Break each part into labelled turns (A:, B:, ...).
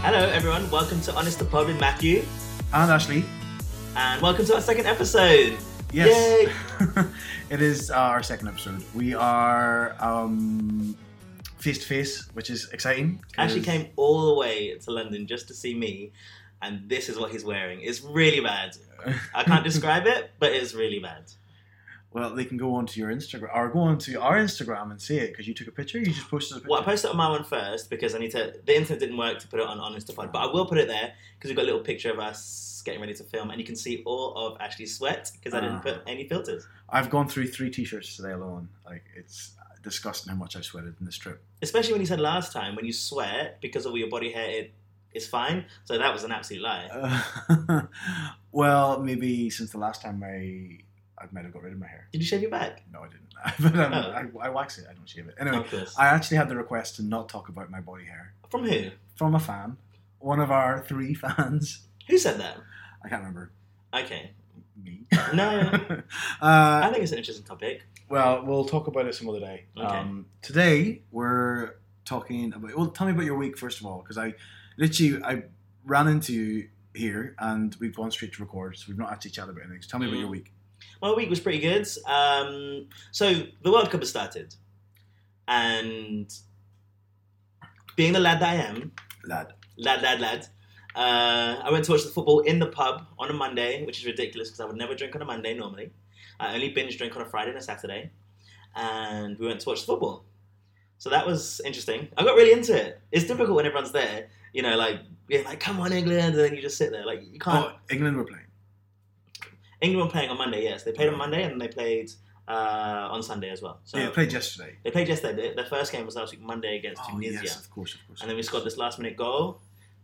A: Hello, everyone. Welcome to Honest to Pod with Matthew,
B: And Ashley,
A: and welcome to our second episode.
B: yes, it is our second episode. We are um face to face, which is exciting. 'cause-
A: Ashley came all the way to London just to see me, and this is what he's wearing. It's really bad. I can't describe it, but it's really bad.
B: Well, they can go onto your Instagram or go onto our Instagram and see it because you took a picture. You just posted a picture.
A: Well, I posted it on my one first because I need to. The internet didn't work to put it on Honest to Pod, but I will put it there because we've got a little picture of us getting ready to film, and you can see all of Ashley's sweat because I didn't put any filters,
B: I've gone through three t-shirts today alone. Like it's disgusting how much I sweated in this trip.
A: especially when you said last time when you sweat because of all your body hair. It, it's fine, so that was an absolute lie.
B: Uh, well, maybe since the last time I I might have got rid of my hair.
A: Did you shave your back?
B: No, I didn't. but um,
A: Oh.
B: I, I wax it. I don't shave it. Anyway,
A: Of course.
B: I actually had the request to not talk about my body hair.
A: From who?
B: from a fan, one of our three fans.
A: Who said that?
B: I can't remember
A: Okay.
B: me.
A: No, I
B: uh,
A: think it's an interesting topic.
B: well, we'll talk about it some other day.
A: Okay.
B: Um, today we're talking about. Well, tell me about your week first of all, because I literally I ran into you here and we've gone straight to record, so we've not actually chatted about anything. So tell me about
A: Mm.
B: your week.
A: My week was pretty good. Um, so the World Cup has started, and being the lad that I am,
B: Lad,
A: lad, lad, lad, uh, I went to watch the football in the pub on a Monday, which is ridiculous because I would never drink on a Monday normally. I only binge drink on a Friday and a Saturday, and we went to watch the football. So that was interesting. I got really into it. It's difficult when everyone's there, you know, like being like, "Come on, England," and then you just sit there, like you can't.
B: oh, England were playing.
A: England were playing on Monday, yes. They played on Monday and they played uh, on Sunday as well. So
B: yeah, they played yesterday.
A: they played yesterday. Their- Their first game was last week, Monday against
B: Oh
A: Tunisia.
B: yes, of course, of course.
A: And then we scored this last minute goal.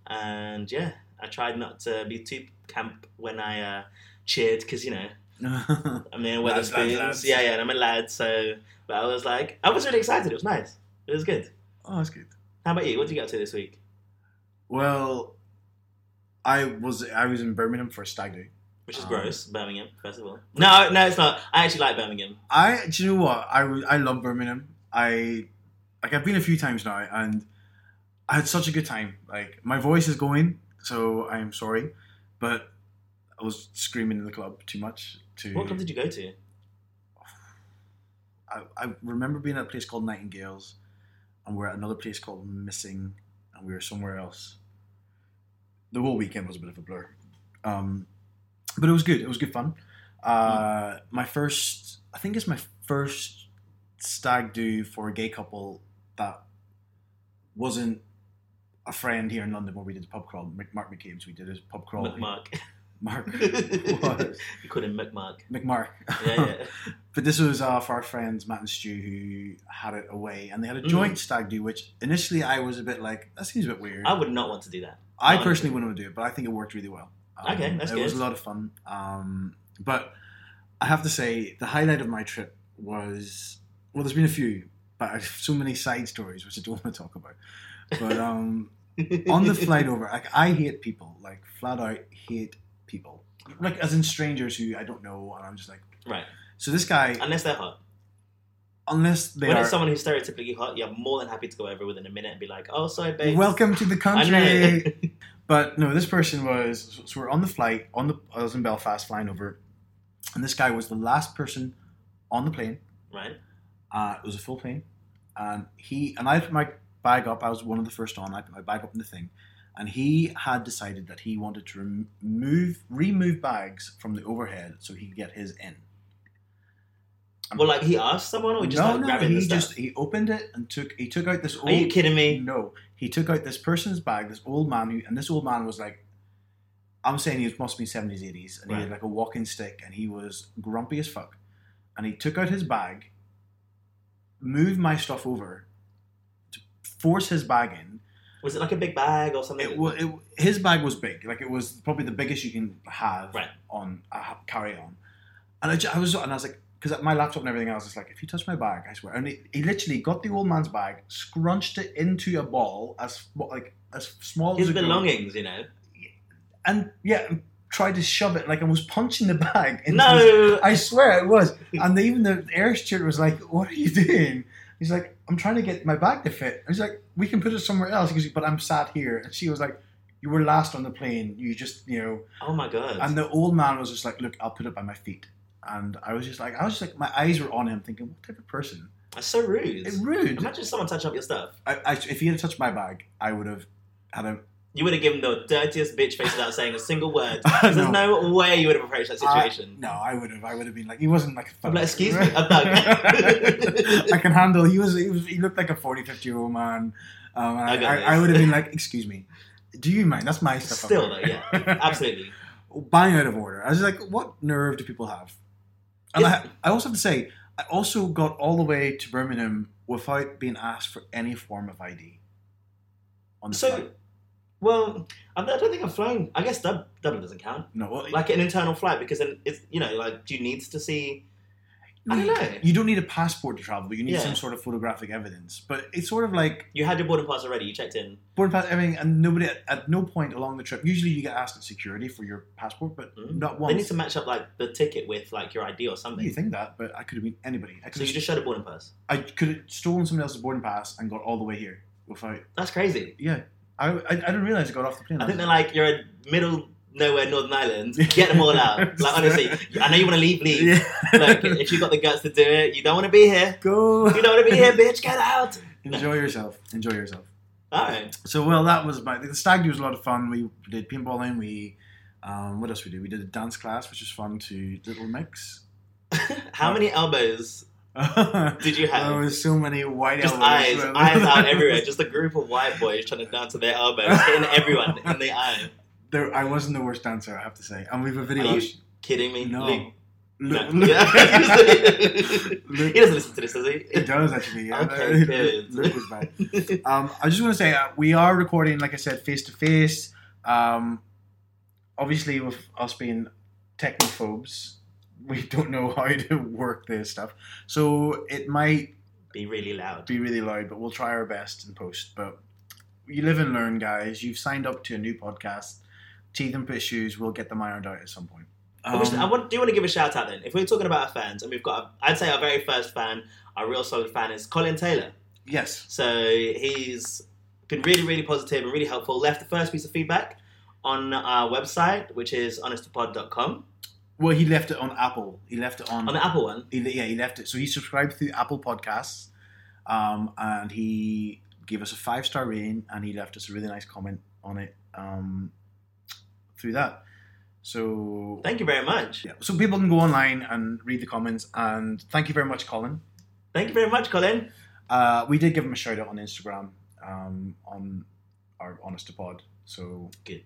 A: And yeah, I tried not to be too camp when I uh, cheered because, you know, I'm in
B: Lads, lads,
A: Weatherspoons.
B: lads.
A: Yeah, yeah, and I'm a lad. So, but I was like, I was really excited. It was nice. It was good.
B: oh, that's good.
A: How about you? What did you get up to this week?
B: Well, I was I was in Birmingham for a stag do.
A: Which is
B: Um,
A: gross, Birmingham, first of all. No, no, it's not. I actually like Birmingham.
B: I do you know what I w- I love Birmingham. I like I've been a few times now, and I had such a good time. Like my voice is going, so I am sorry, but I was screaming in the club too much. To
A: What club did you go to?
B: I, I remember being at a place called Nightingales, and we're at another place called Missing, and we were somewhere else. The whole weekend was a bit of a blur, um, but it was good. It was good fun. Uh, my first, I think it's my first stag do for a gay couple that wasn't a friend here in London where we did the pub crawl. Mc- Mark McCabe's, we did his pub crawl.
A: McMark.
B: Mark. was-
A: you called him McMark.
B: McMark.
A: Yeah, yeah.
B: But this was uh, for our friends Matt and Stu who had it away, and they had a
A: Mm.
B: joint stag do, which initially I was a bit like, that seems a bit weird.
A: I
B: I,
A: would not want to do that.
B: personally wouldn't want to do it, but I think it worked really well. Um,
A: Okay, that's
B: it was a
A: good.
B: lot of fun. Um, but I have to say, the highlight of my trip was well, there's been a few, but I have so many side stories which I don't want to talk about. But um, on the flight over, like I hate people, like flat out hate people, like as in strangers who I don't know, and I'm just like,
A: Right.
B: so this guy,
A: Unless they're hot.
B: unless they
A: when
B: are.
A: it's someone who's stereotypically hot, you're more than happy to go over within a minute and be like, oh, sorry, babe.
B: Welcome to the
A: I know.
B: country. but no, this person was. So we're on the flight. On the I was in Belfast flying over, and this guy was the last person on the plane.
A: right?
B: Uh, it was a full plane, and he and I put my bag up. I was one of the first on. I put my bag up in the thing, and he had decided that he wanted to rem- remove remove bags from the overhead so he could get his in.
A: Well, like, Oh, he asked someone or just
B: no,
A: like
B: no,
A: grabbing
B: he
A: the stuff?
B: just he opened it and took he took out this old.
A: Are you kidding me?
B: No, he took out this person's bag, this old man, who, and this old man was like, I'm saying he was, must be 70s, 80s, and he
A: Right.
B: had like a walking stick, and he was grumpy as fuck. And he took out his bag, moved my stuff over to force his bag in.
A: Was it like a big bag or something?
B: It, wa- it His bag was big, like it was probably the biggest you can have
A: Right.
B: on a ha- carry on. And I, ju- I was, and I was like, because my laptop and everything else is like, if you touch my bag, I swear. And he, he literally got the old man's bag, scrunched it into a ball as sm- like as small
A: His
B: as it could,
A: belongings, you know?
B: and yeah, and tried to shove it like I was punching the bag. Into his-
A: No!
B: I swear it was. And the, even the air steward was like, "What are you doing?" He's like, "I'm trying to get my bag to fit." I was like, "We can put it somewhere else." He goes, "But I'm sat here," and she was like, You were last on the plane. You just, you know.
A: Oh my god.
B: And the old man was just like, "Look, I'll put it by my feet." And I was just like, I was just like, my eyes were on him, thinking, "What type of person?
A: That's so rude.
B: It's rude."
A: Imagine someone touching up your stuff.
B: I, I, if he had touched my bag, I would have had a.
A: You would have given the dirtiest bitch face without saying a single word.
B: I
A: 'Cause There's
B: know.
A: no way you would have approached that
B: I-
A: situation.
B: No, I would have. I would have been like, he wasn't like a thug.
A: I'm like, excuse me, a thug.
B: I can handle. He was. He was. He looked like a 40, 50 year old man. Um, I,
A: I got
B: I,
A: this.
B: I would have been like, excuse me, do you mind? That's my stuff. up
A: Still, though,
B: there."
A: yeah, absolutely.
B: Buying out of order. I was like, what nerve do people have? And
A: Is-
B: I, I also have to say, I also got all the way to Birmingham without being asked for any form of ID. On the
A: So,
B: flight.
A: well, I don't I don't think I've flown. I guess Dub- Dublin doesn't count.
B: no, well,
A: Like an internal flight, because then it's you know like do you need to see? I don't know.
B: You don't need a passport to travel, but you need
A: Yeah.
B: some sort of photographic evidence. But it's sort of like
A: You had your boarding pass already. You checked in.
B: boarding pass, everything, and nobody at, at no point along the trip. Usually, you get asked at security for your passport, but
A: Mm.
B: not
A: They need
B: once.
A: to match up like the ticket with like your ID or
B: you
A: something.
B: think that, but I could have been anybody. I could
A: So you
B: have,
A: just showed a boarding pass.
B: I could have stolen somebody else's boarding pass and got all the way here without.
A: That's crazy.
B: Yeah, I, I, I didn't realize I got off the plane.
A: I think they're like you're a middle nowhere Northern Ireland. Get them all out. Like honestly, I know you want to leave. Leave.
B: Yeah.
A: Like if you got the guts to do it, you don't want to be here.
B: Go
A: You don't want to be here, bitch. Get out.
B: enjoy yourself. Enjoy yourself.
A: All right.
B: So well, that was my the stag do was a lot of fun. We did pinballing. We um, what else we did? We did a dance class, which was fun to Little Mix.
A: How many elbows did you have?
B: There was so many white
A: Just
B: elbows.
A: eyes, eyes out everywhere. Just a group of white boys trying to dance with their elbows, hitting everyone in the eye.
B: There, I wasn't the worst dancer, I have to say. And we have a video.
A: Are you Kidding me?
B: no,
A: Luke,
B: Look-
A: no.
B: look-
A: Yeah. he
B: Look-
A: doesn't listen to this, does he?
B: it does actually. Yeah.
A: Okay,
B: Look-
A: good.
B: look was bad. Um, I just want to say uh, we are recording, like I said, face to face. Um, Obviously, with us being technophobes, we don't know how to work this stuff, so it might
A: Be really loud.
B: be really loud. But we'll try our best and post. But you live and learn, guys. You've signed up to a new podcast. Teeth and issues. We'll get them ironed out at some point.
A: I, wish-
B: Um,
A: I want, do want to give a shout out then. If we're talking about our fans, and we've got, I'd say our very first fan, our real solid fan is Colin Taylor.
B: yes.
A: So he's been really, really positive and really helpful. Left the first piece of feedback on our website, which is honestpod.com.
B: Well, he left it on Apple. He left it on.
A: On the Apple one,
B: He, yeah, he left it. So he subscribed through Apple Podcasts, um, and he gave us a five star rating, and he left us a really nice comment on it um, through that. So
A: thank you very much.
B: yeah, so people can go online and read the comments, and thank you very much, Colin.
A: Thank you very much, Colin.
B: Uh, we did give him a shout out on Instagram um, on our Honest to Pod. So
A: Good.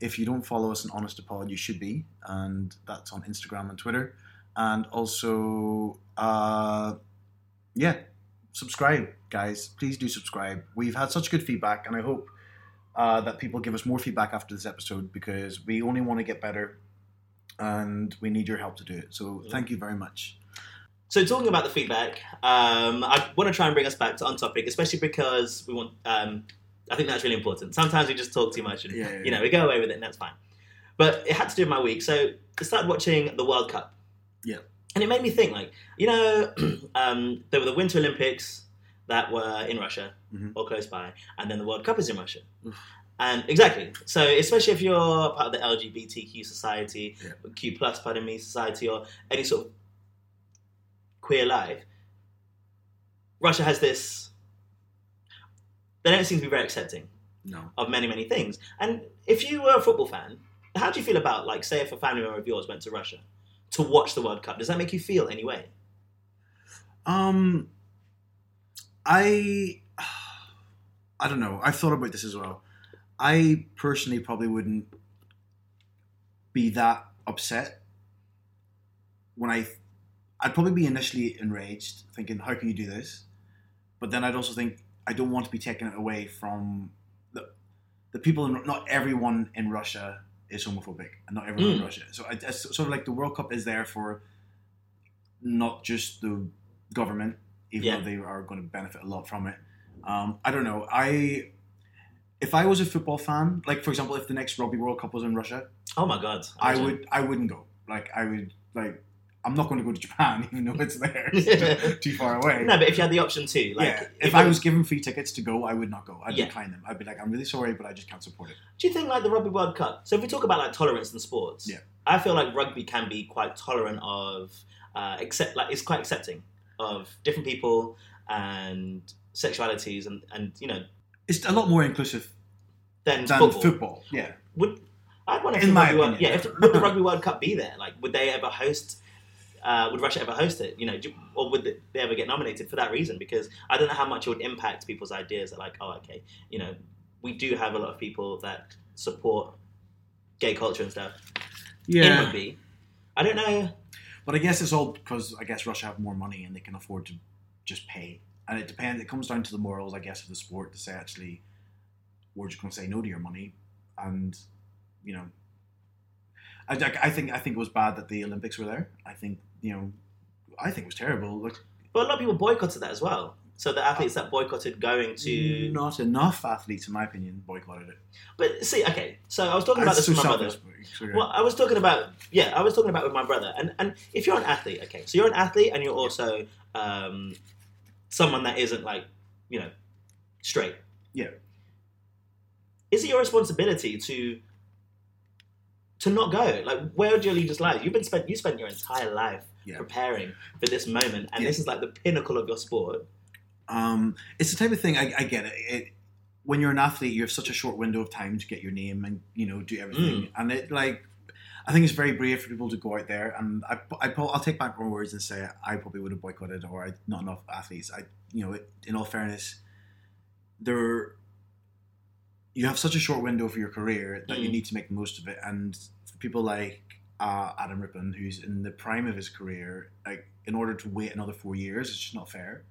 B: if you don't follow us on Honest to Pod, you should be, and that's on Instagram and Twitter, and also, uh, yeah, subscribe, guys. Please do subscribe. We've had such good feedback, and I hope uh, that people give us more feedback after this episode because we only want to get better, and we need your help to do it. So
A: Yeah.
B: thank you very much.
A: So talking about the feedback, um, I want to try and bring us back to on topic, especially because we want. Um, I think that's really important. Sometimes we just talk too much, and
B: Yeah, yeah,
A: you know we go away with it, and that's fine. But it had to do with my week, so I started watching the World Cup.
B: Yeah.
A: and it made me think, like you know, um, there were the Winter Olympics that were in Russia
B: Mhm.
A: or close by, and then the World Cup is in Russia.
B: Oof.
A: And exactly, so especially if you're part of the LGBTQ society,
B: Yeah.
A: Q plus, pardon me, society, or any sort of queer life, Russia has this. They don't seem to be very accepting
B: No,
A: of many, many things. And if you were a football fan, how do you feel about, like, say, if a family member of yours went to Russia to watch the World Cup? Does that make you feel any way?
B: um, I, I don't know. I've thought about this as well. I personally probably wouldn't be that upset when I. I'd probably be initially enraged, thinking, "How can you do this?" But then I'd also think, "I don't want to be taking it away from the the people." In, not everyone in Russia is homophobic, and not everyone in
A: Mm.
B: Russia. So I, it's sort of like the World Cup is there for not just the government, even
A: Yeah.
B: though they are going to benefit a lot from it. Um, I don't know. I if I was a football fan, like for example, if the next Rugby World Cup was in Russia,
A: Oh my God.
B: I
A: imagine.
B: would I wouldn't go. Like I would like I'm not going to go to Japan even though it's there. It's too far away.
A: No, but if you had the option to, like,
B: yeah, if I was given free tickets to go, I would not go. I'd
A: Yeah.
B: decline them. I'd be like, I'm really sorry, but I just can't support it.
A: do you think like the Rugby World Cup? So if we talk about like tolerance in sports,
B: Yeah.
A: I feel like rugby can be quite tolerant of, uh, accept like it's quite accepting of different people and sexualities and and you know
B: It's a lot more inclusive
A: then
B: than
A: football.
B: football. Yeah,
A: Would I'd want to
B: In
A: see
B: my
A: Rugby World, yeah.
B: opinion.
A: If, would the Rugby World Cup be there? Like, would they ever host? Uh, would Russia ever host it? You know, do, or would they ever get nominated for that reason? Because I don't know how much it would impact people's ideas. That like, oh, okay, you know, we do have a lot of people that support gay culture and stuff. in rugby. I don't know.
B: But I guess it's all because I guess Russia have more money and they can afford to just pay. And it depends. It comes down to the morals, I guess, of the sport to say actually, we're just going to say no to your money, and you know, I, I- I think I think it was bad that the Olympics were there. I think you know, I think it was terrible. Look,
A: But a lot of people boycotted that as well. So the athletes that boycotted going to.
B: not enough athletes, in my opinion, boycotted it.
A: But see, okay. So I was talking about
B: It's
A: this with my mother.
B: selfish, but it's okay.
A: Well, I was talking about yeah, I was talking about with my brother, and and if you're an athlete, okay, so you're an athlete and you're also um, someone that isn't like you know straight.
B: Yeah.
A: Is it your responsibility to to not go? Like, where do your allegiance lie? You've been spent you spent your entire life
B: Yeah.
A: preparing for this moment, and
B: Yeah.
A: this is like the pinnacle of your sport.
B: Um, it's the type of thing I, I get it. it. When you're an athlete, you have such a short window of time to get your name and you know do everything. And it like, I think it's very brave for people to go out there. And I, I prob- I'll take back my words and say I probably would have boycotted or I, not enough athletes. I, you know, it, in all fairness, there, you have such a short window for your career that you
A: Mm.
B: need to make the most of it. And people like uh, Adam Rippon, who's in the prime of his career, like in order to wait another four years, it's just not fair.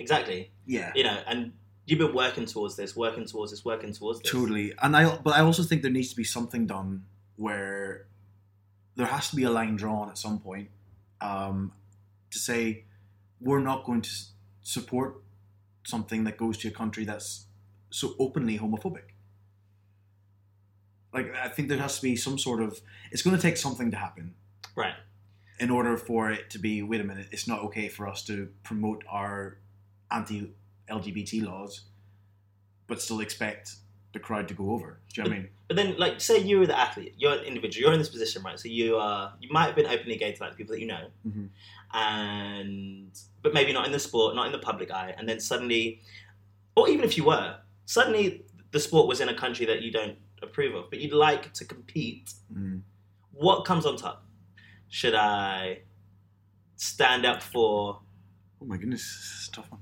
A: Exactly.
B: Yeah.
A: You know, and you've been working towards this, working towards this, working towards this.
B: Totally, and I but I also think there needs to be something done where there has to be a line drawn at some point um, to say we're not going to s- support something that goes to a country that's so openly homophobic. Like I think there has to be some sort of it's going to take something to happen
A: Right.
B: in order for it to be wait a minute it's not okay for us to promote our anti LGBT laws but still expect the crowd to go over do you know what I mean
A: But then, like, say you were the athlete, you're an individual, you're in this position, right? So you are, you might have been openly gay to like the people that you know,
B: Mhm.
A: and but maybe not in the sport, not in the public eye, and then suddenly, or even if you were, suddenly the sport was in a country that you don't approve of, but you'd like to compete.
B: Mm.
A: What comes on top? Should I stand up for?
B: oh my goodness this is a tough one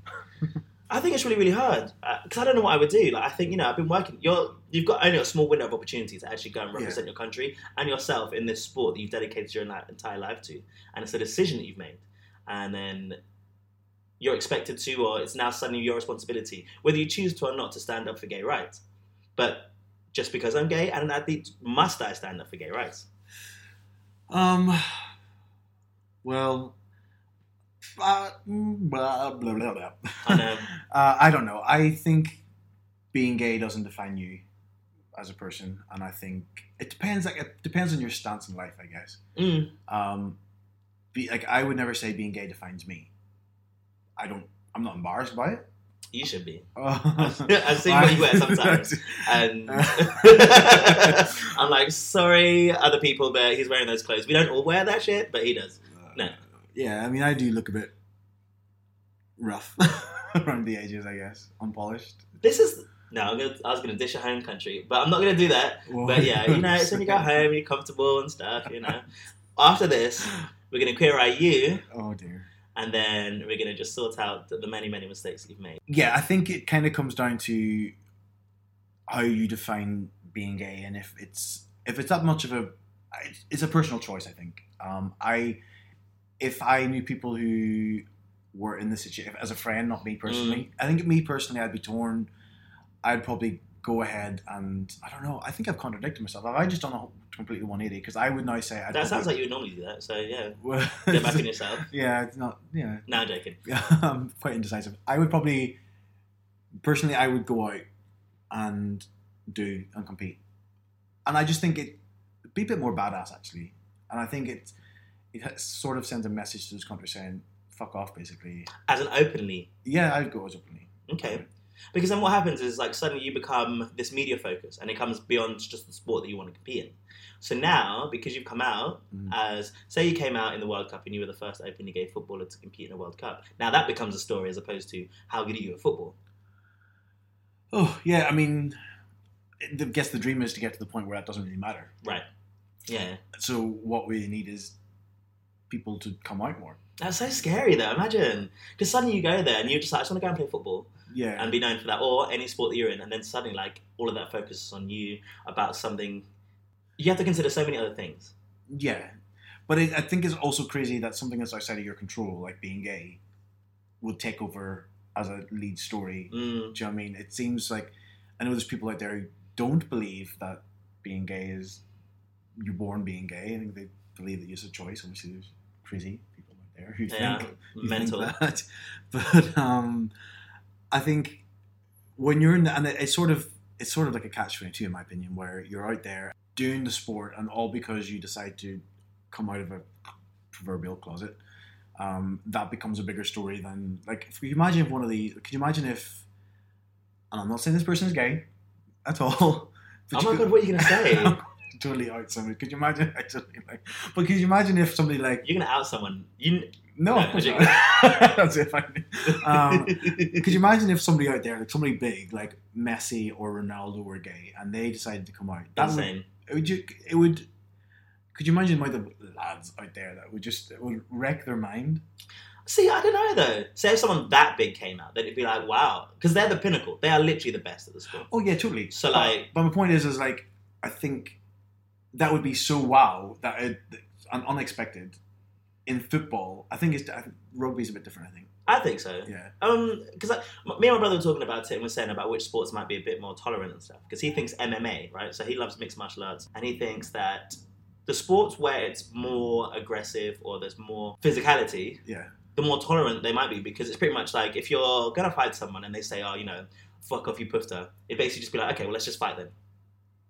A: I think it's really, really hard because I don't know what I would do. Like, I think you know, I've been working. You're you've got only a small window of opportunity to actually go and represent your country and yourself in this sport that you've dedicated your ni- entire life to, and it's a decision that you've made, and then you're expected to, or it's now suddenly your responsibility, whether you choose to or not, to stand up for gay rights. But just because I'm gay and an athlete, must I stand up for gay rights?
B: um well blah, blah, blah, blah, blah.
A: I know.
B: Uh, I don't know. I think being gay doesn't define you as a person, and I think it depends. Like it depends on your stance in life, I guess.
A: Mm,
B: Um, be, like I would never say being gay defines me. I don't. I'm not embarrassed by it.
A: you should be.
B: I've
A: I've seen what you wear sometimes. and I'm like, sorry, other people, but he's wearing those clothes. We don't all wear that shit, but he does. No.
B: Yeah, I mean, I do look a bit rough around the edges, I guess, unpolished.
A: This is no. I'm gonna, I was gonna dish a home country, but I'm not gonna do that. But yeah, you know, it's when you go home, you're comfortable and stuff. You know, after this, we're gonna queer eye you,
B: Oh dear.
A: and then we're gonna just sort out the, the many, many mistakes that you've made.
B: yeah, I think it kind of comes down to how you define being gay, and if it's if it's that much of a it's a personal choice. I think um, I if I knew people who were in this situation as a friend, not me personally.
A: Mm.
B: I think me personally, I'd be torn. I'd probably go ahead and I don't know. I think I've contradicted myself. I've I just done a whole- completely one eighty because I would now say I'd
A: That sounds like you would normally do that. So yeah,
B: probably-
A: get back on yourself.
B: yeah, it's not yeah.
A: No, I'm joking.
B: I'm um, quite indecisive. I would probably, personally, I would go out and do and compete, and I just think it be a bit more badass actually. And I think it's it ha- sort of sends a message to this country saying "fuck off," basically.
A: as an openly.
B: Yeah, I'd go as openly.
A: Okay. Because then what happens is like suddenly you become this media focus and it comes beyond just the sport that you want to compete in. So now, because you've come out
B: Mm.
A: as say you came out in the World Cup and you were the first openly gay footballer to compete in a World Cup. Now that becomes a story as opposed to how good are you at football.
B: Oh yeah, I mean, I guess the dream is to get to the point where that doesn't really matter.
A: Right. Yeah.
B: So what we need is people to come out more.
A: That's so scary though, imagine. Because suddenly you go there and you're just like, I just want to go and play football
B: Yeah,
A: and be known for that or any sport that you're in and then suddenly like all of that focuses on you about something you have to consider so many other things.
B: yeah. But it, I think it's also crazy that something that's outside of your control, like being gay, will take over as a lead story.
A: Mm.
B: Do you know what I mean? It seems like I know there's people out there who don't believe that being gay is you're born being gay. I think they believe that it's a choice. Obviously, there's crazy people out there who
A: Yeah.
B: think you think
A: mental.
B: that. But um, I think when you're in, the, and it- it's sort of it's sort of like a catch twenty two in my opinion, where you're out there doing the sport, and all because you decide to come out of a proverbial closet, um, that becomes a bigger story than like. If you imagine if one of the, can you imagine if? And I'm not saying this person is gay, at all. but
A: Oh my
B: you could-
A: god, what are you gonna say?
B: I'm totally out somebody. Could you imagine? I totally like. But could you imagine if somebody like
A: You're gonna out someone. You
B: no,
A: No,
B: of course
A: I
B: not.
A: think-
B: That's it. Fine. Um, could you imagine if somebody out there, like somebody big, like Messi or Ronaldo, were gay and they decided to come out? That would,
A: insane.
B: it would, ju- it would. Could you imagine the amount of lads out there that would just it would wreck their mind?
A: See, I don't know though. Say if someone that big came out, then it'd be like, wow, because they're the pinnacle. They are literally the best at the sport.
B: Oh yeah, totally.
A: So,
B: But-
A: like-
B: but, my point is, is like I think that would be so wow that it, and unexpected in football. I think it's I think rugby's a bit different. I think
A: I think so.
B: yeah.
A: Um, because me and my brother were talking about it and we're saying about which sports might be a bit more tolerant and stuff. Because he thinks MMA, right? So he loves mixed martial arts, and he thinks that the sports where it's more aggressive or there's more physicality,
B: Yeah.
A: the more tolerant they might be. Because it's pretty much like if you're gonna fight someone and they say, oh, you know, fuck off, you poofter, it basically just be like, okay, well, let's just fight them.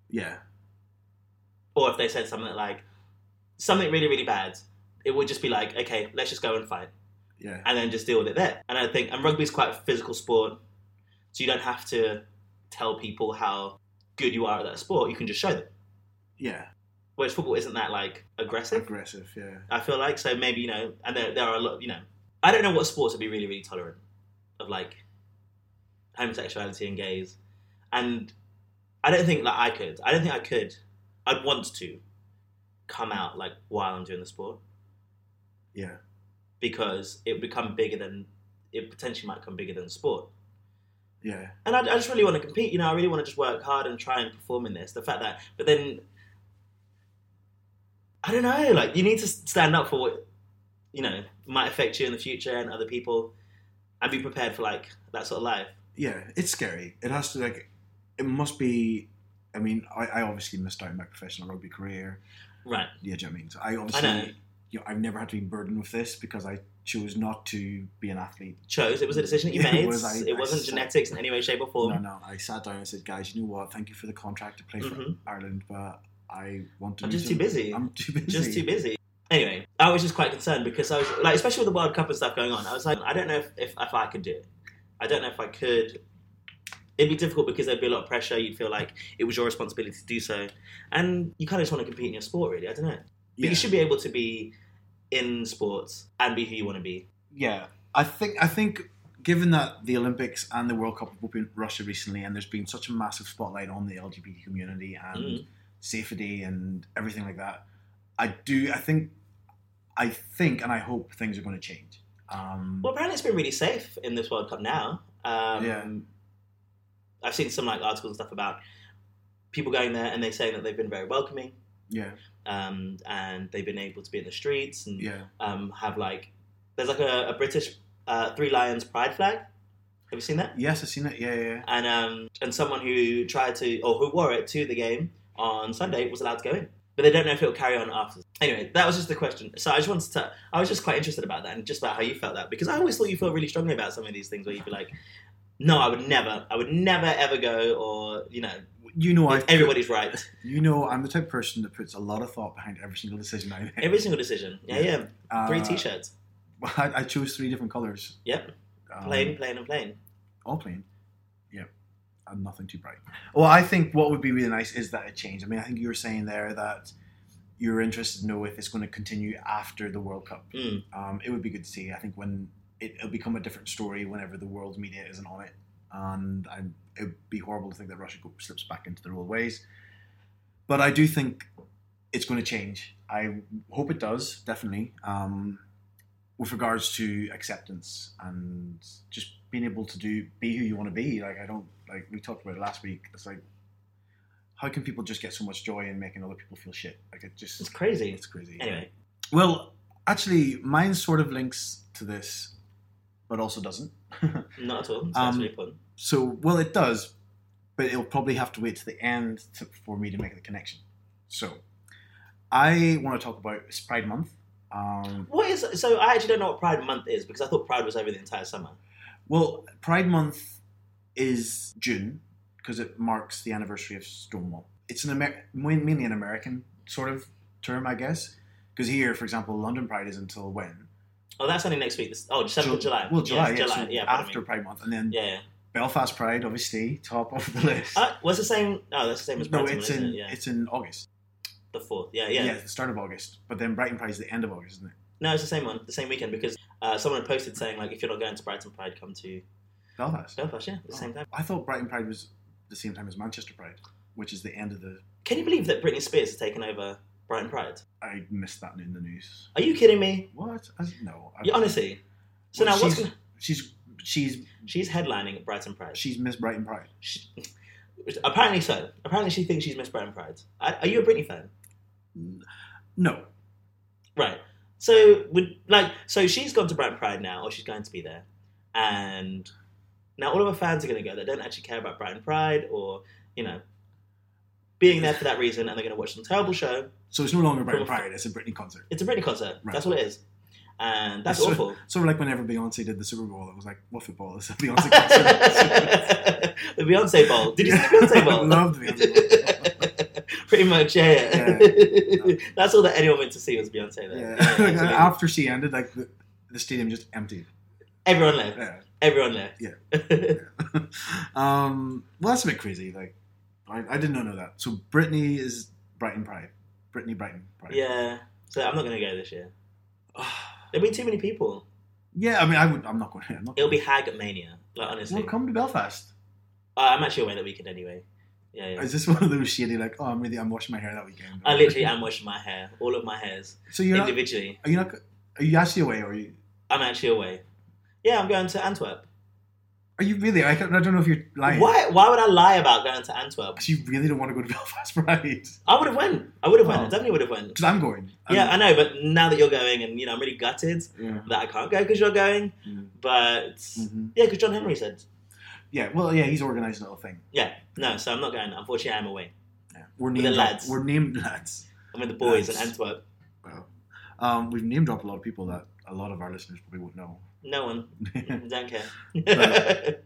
B: Yeah.
A: or if they said something like something really really bad it would just be like okay let's just go and fight
B: Yeah.
A: and then just deal with it there and i think and rugby's quite a physical sport so you don't have to tell people how good you are at that sport you can just show them
B: Yeah.
A: whereas football isn't that like aggressive
B: Aggressive. Yeah.
A: i feel like so maybe you know and there, there are a lot you know i don't know what sports would be really really tolerant of like homosexuality and gays and i don't think that i could i don't think i could i'd want to come out like while i'm doing the sport
B: Yeah.
A: because it would become bigger than it potentially might become bigger than sport.
B: Yeah.
A: And I, I just really want to compete. You know, I really want to just work hard and try and perform in this. The fact that, but then I don't know. Like you need to stand up for what you know might affect you in the future and other people, and be prepared for like that sort of life.
B: yeah, it's scary. It has to like, it must be. I mean, I, I obviously missed out on my professional rugby career.
A: Right.
B: Yeah, do you know what I mean? So I
A: I
B: obviously,
A: know.
B: You know, I've never had to be burdened with this because I chose not to be an athlete.
A: Chose. It was a decision that you
B: Yeah, it
A: made. It,
B: was. I- I
A: wasn't
B: sat-
A: genetics in any way, shape, or form.
B: No, no. I sat down and said, guys, you know what? Thank you for the contract to play
A: Mhm.
B: for Ireland, but I want to.
A: I'm
B: do
A: just too
B: something-
A: busy.
B: I'm too busy.
A: just too busy. Anyway, I was just quite concerned because I was like, especially with the World Cup and stuff going on, I was like, I don't know if, if, if I could do it. I don't know if I could. It'd be difficult because there'd be a lot of pressure. You'd feel like it was your responsibility to do so, and you kind of just want to compete in your sport, really. I don't know, but
B: Yeah.
A: you should be able to be in sports and be who you want to be.
B: yeah, I think I think given that the Olympics and the World Cup have been in Russia recently, and there's been such a massive spotlight on the LGBT community and
A: Mm.
B: safety and everything like that, I do I think I think and I hope things are going to change. Um,
A: Well, apparently it's been really safe in this World Cup now. Um,
B: yeah,
A: I've seen some like articles and stuff about people going there and they saying that they've been very welcoming
B: yeah,
A: um, and they've been able to be in the streets and
B: yeah.
A: um, have like there's like a, a British uh, Three Lions pride flag. Have you seen that?
B: Yes, I've seen it. Yeah, yeah.
A: And um, and someone who tried to or who wore it to the game on Sunday was allowed to go in, but they don't know if it'll carry on after. Anyway, that was just the question. So I just wanted to. I was just quite interested about that and just about how you felt that because I always thought you felt really strongly about some of these things where you'd be like, no, I would never, I would never ever go, or you know,
B: yeah. you know, I
A: Everybody's right.
B: You know, I'm the type of person that puts a lot of thought behind every single decision I make.
A: Every single decision. Yeah, yeah.
B: Uh,
A: Three t-shirts.
B: I, I chose three different colors.
A: Yep.
B: Um,
A: Plain, plain, and plain.
B: All plain. Yep. And nothing too bright. Well, I think what would be really nice is that it changed. I mean, I think you were saying there that you're interested to know if it's going to continue after the World Cup.
A: Mm.
B: Um, it would be good to see. I think when it, it'll become a different story whenever the world's media isn't on it, and I, it'd be horrible to think that Russia go, slips back into their old ways. But I do think it's going to change. I hope it does definitely. Um, with regards to acceptance and just being able to do be who you want to be, like I don't like we talked about it last week. It's like how can people just get so much joy in making other people feel shit? Like it just
A: It's crazy.
B: It's crazy.
A: Anyway,
B: Well, actually, mine sort of links to this, but also doesn't.
A: not at all. So that's
B: Um,
A: really important.
B: so, well, it does, but it'll probably have to wait to the end to, for me to make the connection. So, I want to talk about it's Pride Month. Um,
A: What is so? I actually don't know what Pride Month is because I thought Pride was over the entire summer.
B: well, Pride Month is June because it marks the anniversary of Stonewall. It's an Amer- main- mainly an American sort of term, I guess, because here, for example, London Pride is until when?
A: Oh, that's only next week. This, oh, seventh of
B: Ju-
A: July.
B: Well, July,
A: Yes,
B: yeah,
A: July.
B: so
A: yeah, pardon me.
B: after Pride Month, and then
A: Yeah, yeah.
B: Belfast Pride, obviously, top of the list.
A: Uh, what's the same? Oh, that's the same as
B: no,
A: Pride.
B: it's
A: isn't
B: in
A: it? Yeah,
B: it's in August.
A: the fourth. Yeah,
B: Yeah.
A: yeah,
B: it's the start of August. But then Brighton Pride is the end of August, isn't it?
A: No, it's the same one, the same weekend because uh, someone had posted saying like, if you're not going to Brighton Pride, come to
B: Belfast.
A: Belfast. Yeah, at
B: Oh.
A: the same time.
B: I thought Brighton Pride was the same time as Manchester Pride, which is the end of the.
A: Can you believe that Britney Spears has taken over Brighton Pride?
B: I missed that in the news.
A: Are you kidding me?
B: What? I, no. I,
A: You, honestly. So
B: Well,
A: now what's
B: she's-
A: gonna-
B: she's she's
A: she's headlining at Brighton Pride?
B: she's Miss Brighton Pride.
A: She, apparently so. Apparently she thinks she's Miss Brighton Pride. Are, are you a Britney fan?
B: No,
A: Right.
B: Um,
A: So would like so she's gone to Brighton Pride now, or she's going to be there, and now all of her fans are going to go. They don't actually care about Brighton Pride, or you know, being there for that reason, and they're going to watch some terrible show.
B: so it's no longer Brighton
A: Well,
B: Pride. It's a Britney concert.
A: It's a Britney concert.
B: Right.
A: That's what it is, and that's
B: It's so-
A: awful.
B: Sort of like whenever Beyonce did the Super Bowl, it was like what football is a Beyonce concert.
A: the Beyonce Bowl. Did you see the Beyonce Bowl?
B: Loved the Beyonce Bowl.
A: Pretty much, yeah. yeah. That's all that anyone went to see was Beyonce. There,
B: Yeah.
A: Yeah,
B: Like,
A: absolutely.
B: after she ended, like the, the stadium just emptied.
A: everyone left.
B: Yeah.
A: Everyone left.
B: Yeah.
A: Yeah.
B: um, well, that's a bit crazy. Like, I, I did not know that. So Brittany is Brighton Pride. Brittany Brighton Pride.
A: So I'm not going to go this year.
B: Ah,
A: There'll be too many people.
B: yeah. I mean, I would. I'm not going. I'm not.
A: It'll be Hag Mania. Like honestly,
B: Well, come to Belfast.
A: Uh, I'm actually away that weekend anyway. Yeah, yeah.
B: Is this one of those shady? Like, oh, I'm really. I'm washing my hair that weekend.
A: I literally am washing my hair, all of my hairs
B: So you're not.
A: individually.
B: Are you not? Are you actually away? Or are you?
A: I'm actually away. Yeah, I'm going to Antwerp.
B: Are you really? I, don't- I don't know if you're lying.
A: Why? Why would I lie about going to Antwerp?
B: 'Cause you really don't want to go to Belfast Pride.
A: I would have went. I would have went. I
B: Oh. Um,
A: definitely would have went.
B: Because I'm going. I'm-
A: yeah, I know. But now that you're going, and you know, I'm really gutted
B: yeah.
A: that I can't go because you're going.
B: Mm.
A: But
B: Mhm.
A: yeah, because John Henry said
B: Yeah. Well, yeah. He's organising a little thing.
A: no, so I'm not going. Unfortunately, I'm away.
B: Yeah. We're
A: With the
B: named
A: lads.
B: We're named lads.
A: I'm with the boys in
B: Nice.
A: Antwerp.
B: Wow. Um, we've name dropped a lot of people that a lot of our listeners probably won't know.
A: No one. Don't care.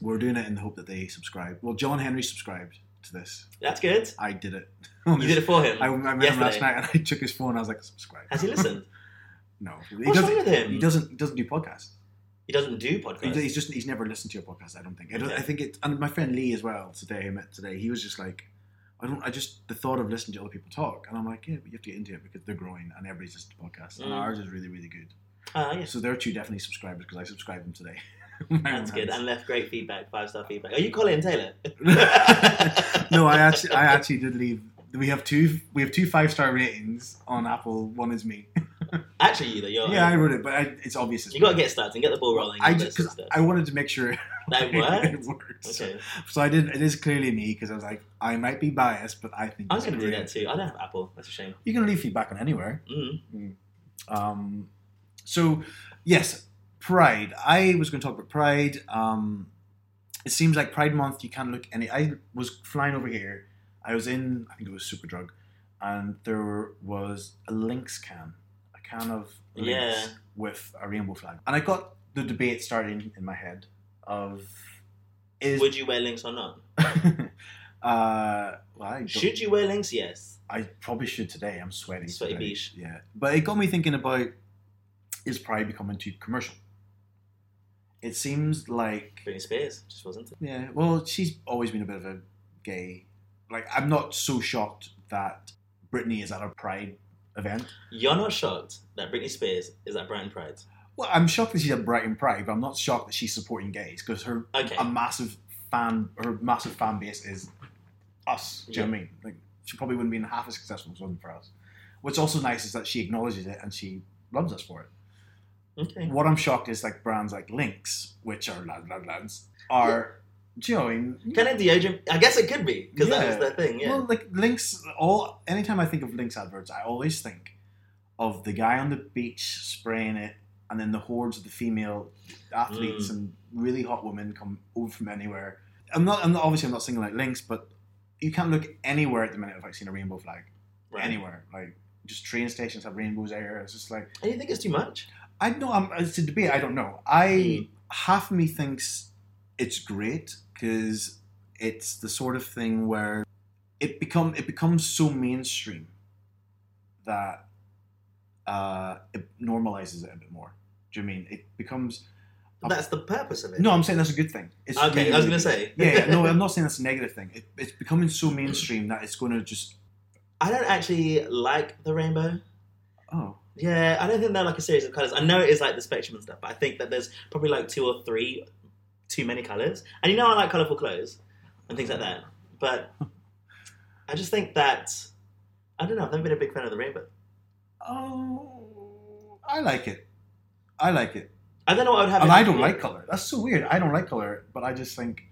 B: We're doing it in the hope that they subscribe. Well, John Henry subscribed to this.
A: That's good.
B: I did it.
A: You did it for him.
B: I, I met him
A: yesterday.
B: last night and I took his phone. and I was like, subscribe.
A: Has he listened?
B: No, he
A: What's wrong
B: doesn't.
A: with him?
B: He doesn't. He doesn't do podcasts.
A: He doesn't do
B: He-
A: podcasts.
B: He's just. He's never listened to your podcast. I don't think. I, don't,
A: Okay.
B: I think it. And my friend Lee as well. Today I met today. He was just like, I don't. I just the thought of listening to other people talk, and I'm like, yeah, but you have to get into it because they're growing and everybody's listening to podcasts, and
A: Mm.
B: ours is really, really good.
A: Ah, yes.
B: So there are two definitely subscribers because I subscribed them today.
A: That's good. And left great feedback, five star feedback. Are you Colin Taylor?
B: no, I actually, I actually did leave. We have two, we have two five star ratings on Apple. One is me.
A: Actually, you though. You're,
B: Yeah, I wrote it, but I, it's obvious. It's
A: Oh, you got to
B: me.
A: get started and get the ball rolling.
B: I
A: with
B: just
A: this
B: cause
A: stuff.
B: I wanted to make sure
A: that worked.
B: it worked.
A: Okay.
B: So I did. It is clearly me because I was like, I might be biased, but I think
A: I was
B: it's
A: going to do
B: great.
A: that too. I don't have Apple. That's a shame.
B: You can leave feedback on anywhere.
A: Mm.
B: Um, so, yes, Pride. I was going to talk about Pride. Um, it seems like Pride Month, you can't look any. I was flying over here. I was in, I think it was Superdrug, and there was a Lynx can, a can of Lynx
A: Yeah.
B: with a rainbow flag. And I got the debate starting in my head of is
A: Would you wear links or not?
B: Uh, well, I don't-
A: Should you wear links? Yes.
B: I probably should today. I'm sweating.
A: Sweaty
B: today.
A: beach.
B: Yeah, but it got me thinking about is Pride becoming too commercial? It seems like
A: Britney Spears just wasn't. It?
B: yeah. Well, she's always been a bit of a gay. Like I'm not so shocked that Britney is at a Pride event.
A: You're not shocked that Britney Spears is at Brighton Pride.
B: Well, I'm shocked that she's at Brighton Pride, but I'm not shocked that she's supporting gays because her
A: Okay.
B: a massive fan her massive fan base is us. Do you know what I mean? Like she probably wouldn't be half as successful if it wasn't for us. What's also nice is that she acknowledges it and she loves us for it.
A: okay.
B: What I'm shocked is like brands like Lynx, which are lad lad lads, are do you know, what I mean?
A: Can it deodorant? I guess it could be because that is
B: Yeah.
A: their thing. Yeah.
B: Well, like Lynx, all anytime I think of Lynx adverts, I always think of the guy on the beach spraying it, and then the hordes of the female athletes
A: Mm.
B: and really hot women come over from anywhere. I'm not, I'm not obviously I'm not singling out Lynx, but you can't look anywhere at the minute without seeing a rainbow flag
A: right.
B: anywhere. Like just train stations have rainbows everywhere. It's just like
A: And you think it's too much?
B: I know I'm, it's a debate. I don't know. I
A: Mm.
B: half of me thinks it's great because it's the sort of thing where it become it becomes so mainstream that uh, it normalizes it a bit more. Do you mean it becomes? Um,
A: But that's the purpose of it.
B: No, I'm saying that's a good thing. It's
A: Okay,
B: really,
A: I was
B: really
A: gonna
B: good.
A: say.
B: Yeah, yeah, no, I'm not saying that's a negative thing. It, it's becoming so mainstream that it's going to just
A: I don't actually like the rainbow.
B: oh
A: Yeah, I don't think they're like a series of colors. I know it is like the spectrum and stuff, but I think that there's probably like two or three too many colors. And you know, I like colorful clothes and things like that, but I just think that I don't know. I've never been a big fan of the rainbow.
B: oh, I like it. I like it.
A: I don't know what I would have.
B: and
A: it-
B: Oh, I don't like color. That's so weird. I don't like color, but I just think.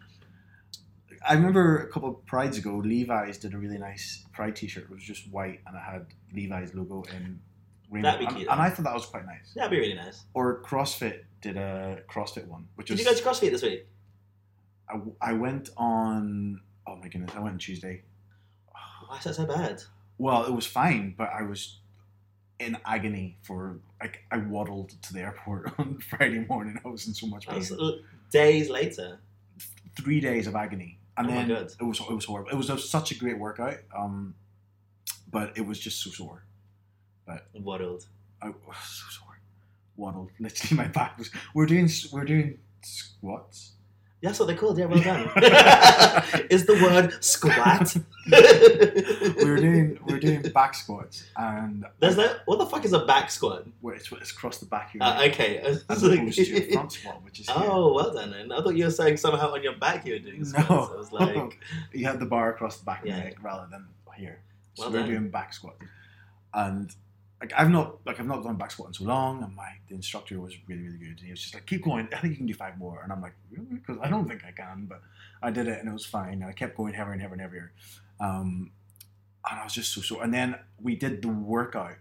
B: I remember a couple of prides ago, Levi's did a really nice pride T-shirt. It was just white, and it had Levi's logo in rainbow.
A: That'd be
B: and,
A: cute.
B: and I thought that was quite nice.
A: That'd be really nice.
B: Or CrossFit did a CrossFit one, which
A: Did
B: was
A: you go to CrossFit this week?
B: I, I went on. Oh my goodness, I went on Tuesday.
A: Why is that Oh, so bad?
B: Well, it was fine, but I was in agony for like I waddled to the airport on Friday morning. I was in so much
A: That
B: pain.
A: was l- days later.
B: three days of agony, and
A: Oh my
B: then
A: God.
B: it was it was horrible. It was a, such a great workout, um, but it was just so sore.
A: Waddled.
B: I was so sore. Waddled. Literally, my back was. We're doing s- we're doing squats.
A: That's what they're called. Yeah, well done. is the word squat?
B: We were doing we were doing back squats, and
A: There's that. What the fuck is a back squat?
B: where it's, it's across the back of your
A: Uh,
B: neck,
A: okay. I was
B: as
A: like-
B: opposed to a front squat, which is here.
A: oh, well done. Then. I thought you were saying somehow on your back you were doing squats.
B: No.
A: I was like,
B: you had the bar across the back of
A: Yeah.
B: your neck rather than here. So
A: Well
B: we we're
A: done.
B: doing back squat, and like I've not like I've not done back squat in so long, and my the instructor was really really good. He was just like, keep going. I think you can do five more, and I'm like, because I don't think I can, but I did it and it was fine. And I kept going heavier and heavier and heavier, um, and I was just so sore. And then we did the workout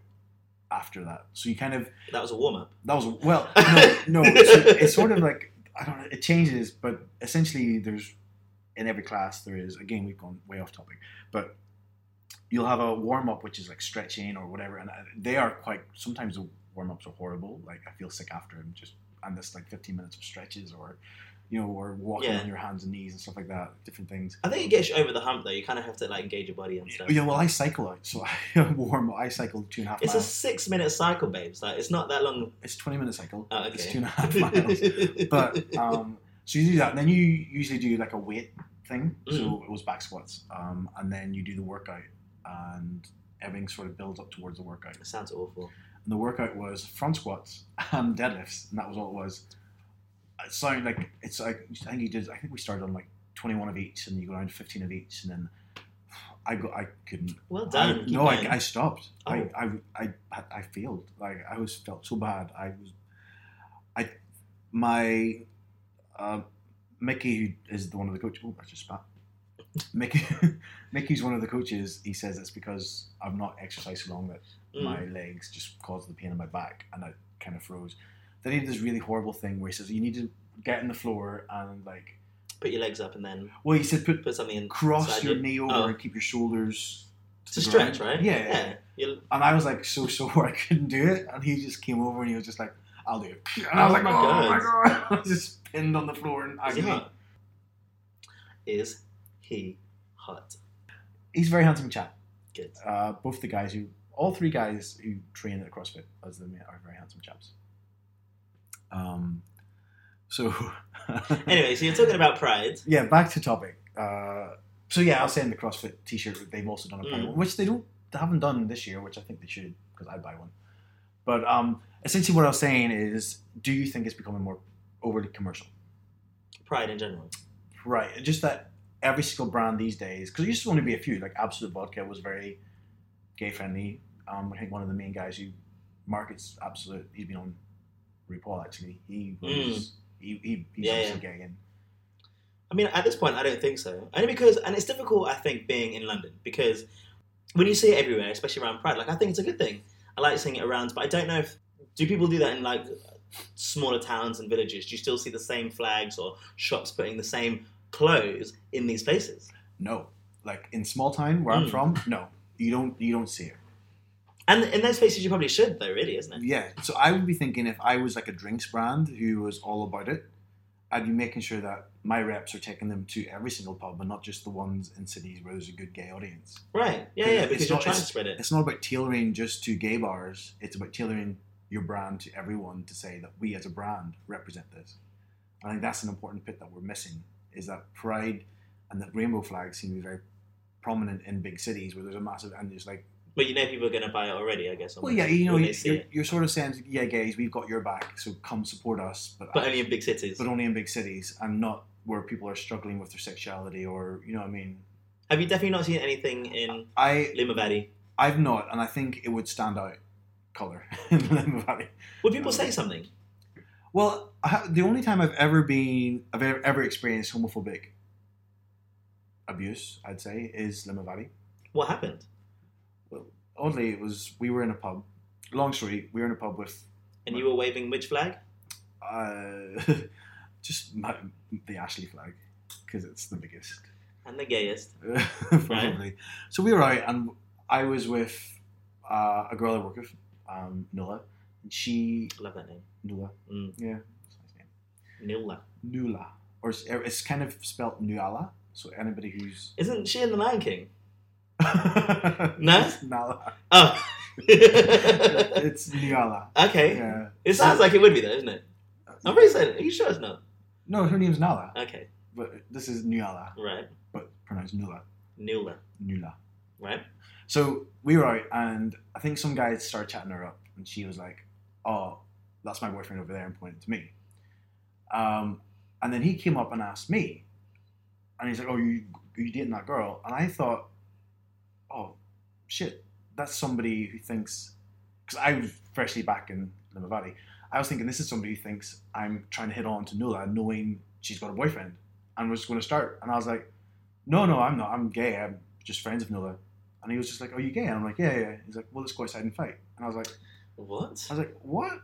B: after that, so you kind of
A: that was a warm up.
B: that was well, no, no. So it's sort of like I don't know. It changes, but essentially, there's in every class there is. Again, we've gone way off topic, but you'll have a warm up which is like stretching or whatever, and I- they are quite. Sometimes the warm ups are horrible. Like I feel sick after them. Just and this like 15 minutes of stretches or you know or walking
A: Yeah.
B: on your hands and knees and stuff like that. Different things.
A: I think it gets you over the hump though. You kind of have to like engage your body and stuff.
B: Yeah, well, I cycle out, so I warm. up. I cycle two and a half
A: It's a
B: miles.
A: six minute cycle, babes. Like it's not that long.
B: it's 20 minute cycle.
A: Oh, okay.
B: It's two and a half miles. but um, so you do that, and then you usually do like a weight thing. So it was back squats, um, and then you do the workout, and everything sort of builds up towards the workout.
A: It sounds awful.
B: And the workout was front squats and deadlifts, and that was all it was. It sounded like it's like I think you did. I think we started on like twenty-one of each, and you go down to fifteen of each, and then I got I couldn't.
A: Well done.
B: I,
A: Keep
B: no,
A: going.
B: I, I stopped.
A: Oh.
B: I, I I I failed. Like I was felt so bad. I was I my uh, Mickey who is the one of the coaches. Oh, I just spat. Mickey Mickey's one of the coaches. He says it's because I've not exercised so long that
A: Mm.
B: my legs just caused the pain in my back and I kind of froze. Then he did this really horrible thing where he says you need to get on the floor and like
A: Put your legs up and then
B: well he said put
A: put something in.
B: cross
A: Side
B: your
A: dip.
B: knee over
A: Oh.
B: and keep your shoulders
A: It's a
B: the
A: stretch,
B: ground.
A: right?
B: Yeah.
A: Yeah. You'll-
B: and I was like so sore I couldn't do it and he just came over and he was just like I'll do it and I was
A: Oh
B: like
A: my
B: oh my god I was just pinned on the floor and
A: Is he
B: agony.
A: hot? Is he Hot.
B: He's a very handsome chap.
A: Good.
B: Uh, both the guys who, all three guys who train at CrossFit as the ma- are very handsome chaps. Um, so
A: Anyway, so you're talking about pride.
B: yeah, back to topic. Uh, so yeah, I was saying the CrossFit T-shirt they've also done a pride
A: Mm.
B: one, which they don't they haven't done this year, which I think they should because I buy one. But um, essentially, what I was saying is, do you think it's becoming more overly commercial?
A: Pride in general.
B: Right, and just that every single brand these days, because it used to only be a few. Like Absolute Vodka was very gay friendly. Um, I think one of the main guys who markets Absolute, he's been on RuPaul actually. He was
A: Mm.
B: he, he he's
A: Yeah,
B: obviously gay and
A: I mean, at this point, I don't think so. Only because, and it's difficult, I think, being in London because when you see it everywhere, especially around Pride, like I think it's a good thing. I like seeing it around, but I don't know if do people do that in like smaller towns and villages. Do you still see the same flags or shops putting the same clothes in these places?
B: no, like in small town where I'm
A: Mm.
B: from, no, you don't you don't see it.
A: And in those places, you probably should, though, really, isn't it?
B: Yeah, so I would be thinking if I was like a drinks brand who was all about it, I'd be making sure that my reps are taking them to every single pub and not just the ones in cities where there's a good gay audience.
A: Right? Yeah,
B: Because
A: yeah.
B: it's
A: Because you're
B: not-
A: trying to spread it.
B: It's not about tailoring just to gay bars. It's about tailoring your brand to everyone to say that we as a brand represent this. I think that's an important bit that we're missing is that pride and the rainbow flag seem to be very prominent in big cities where there's a massive and there's like
A: But you know, people are going to buy it already, I guess.
B: well
A: almost,
B: yeah you know
A: when they
B: you-
A: see
B: you're,
A: it.
B: you're sort of saying yeah gays we've got your back so come support us but
A: but only in big cities.
B: but only in big cities and not where people are struggling with their sexuality or you know what I mean
A: Have you definitely not seen anything in
B: I
A: Lima Valley?
B: I've not and I think it would stand out color in the Lima Valley
A: Would people say something?
B: Well, I, ha- the only time I've ever been, I've ever, ever experienced homophobic abuse, I'd say, is Lima Valley.
A: What happened?
B: Oddly, it was we were in a pub. Long story, we were in a pub with
A: And you were waving which flag?
B: uh, just my, the Ashley flag because it's the biggest,
A: And the gayest.
B: probably. So we were out, and I was with uh, a girl I work with, um, Nula, and she
A: I love that name.
B: Nula,
A: Mm.
B: yeah, that's a nice name.
A: Nilla.
B: Nula, or it's, er, it's kind of spelt Nuala. So anybody who's
A: Isn't she in The Lion King?
B: no, Nala.
A: Oh. okay.
B: It's Niala. Yeah.
A: It sounds like it would be though, isn't it? I'm pretty certain. Are you sure it's not?
B: No, her name's Nala,
A: Okay.
B: but this is Niala,
A: Right.
B: but pronounced Nula.
A: Nilla.
B: Nula.
A: Right?
B: So we were out, and I think some guy started chatting her up, and she was like, "Oh, that's my boyfriend over there," and pointed to me. Um, and then he came up and asked me, and he's like, "Oh, you are you dating that girl?" And I thought, "Oh, shit, that's somebody who thinks," because I was freshly back in Lima Valley. I was thinking this is somebody who thinks I'm trying to hit on to Nula, knowing she's got a boyfriend, and was going to start. And I was like, "No, no, I'm not. I'm gay. I'm just friends with Nula." And he was just like, "Are you gay?" And I'm like, "Yeah, yeah." He's like, "Well, let's go outside and fight." And I was like,
A: What?
B: "I was like, what?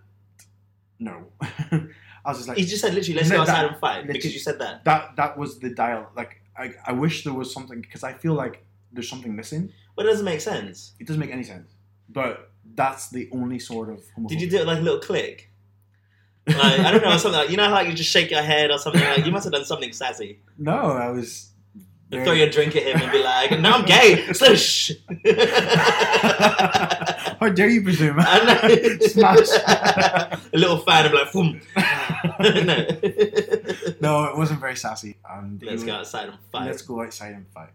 B: No." I was just like,
A: He just said literally, let's go
B: No, that-
A: outside and fight because
B: literally-
A: you said that.
B: "That that was the dial." Like, I, I wish there was something because I feel like there's something missing.
A: But it doesn't make sense.
B: It doesn't make any sense. But that's the only sort of.
A: Did you do it like a little click? Like, I don't know, something like, you know how you just shake your head or something like, you must have done something sassy.
B: No, I was.
A: You
B: very-
A: Throw your drink at him and be like, no, I'm gay. Slush.
B: How dare you presume?
A: I know.
B: Smash.
A: a little fan of like, boom. no.
B: no, it wasn't very sassy. And he
A: Let's
B: was-
A: go outside and fight.
B: Let's go outside and fight.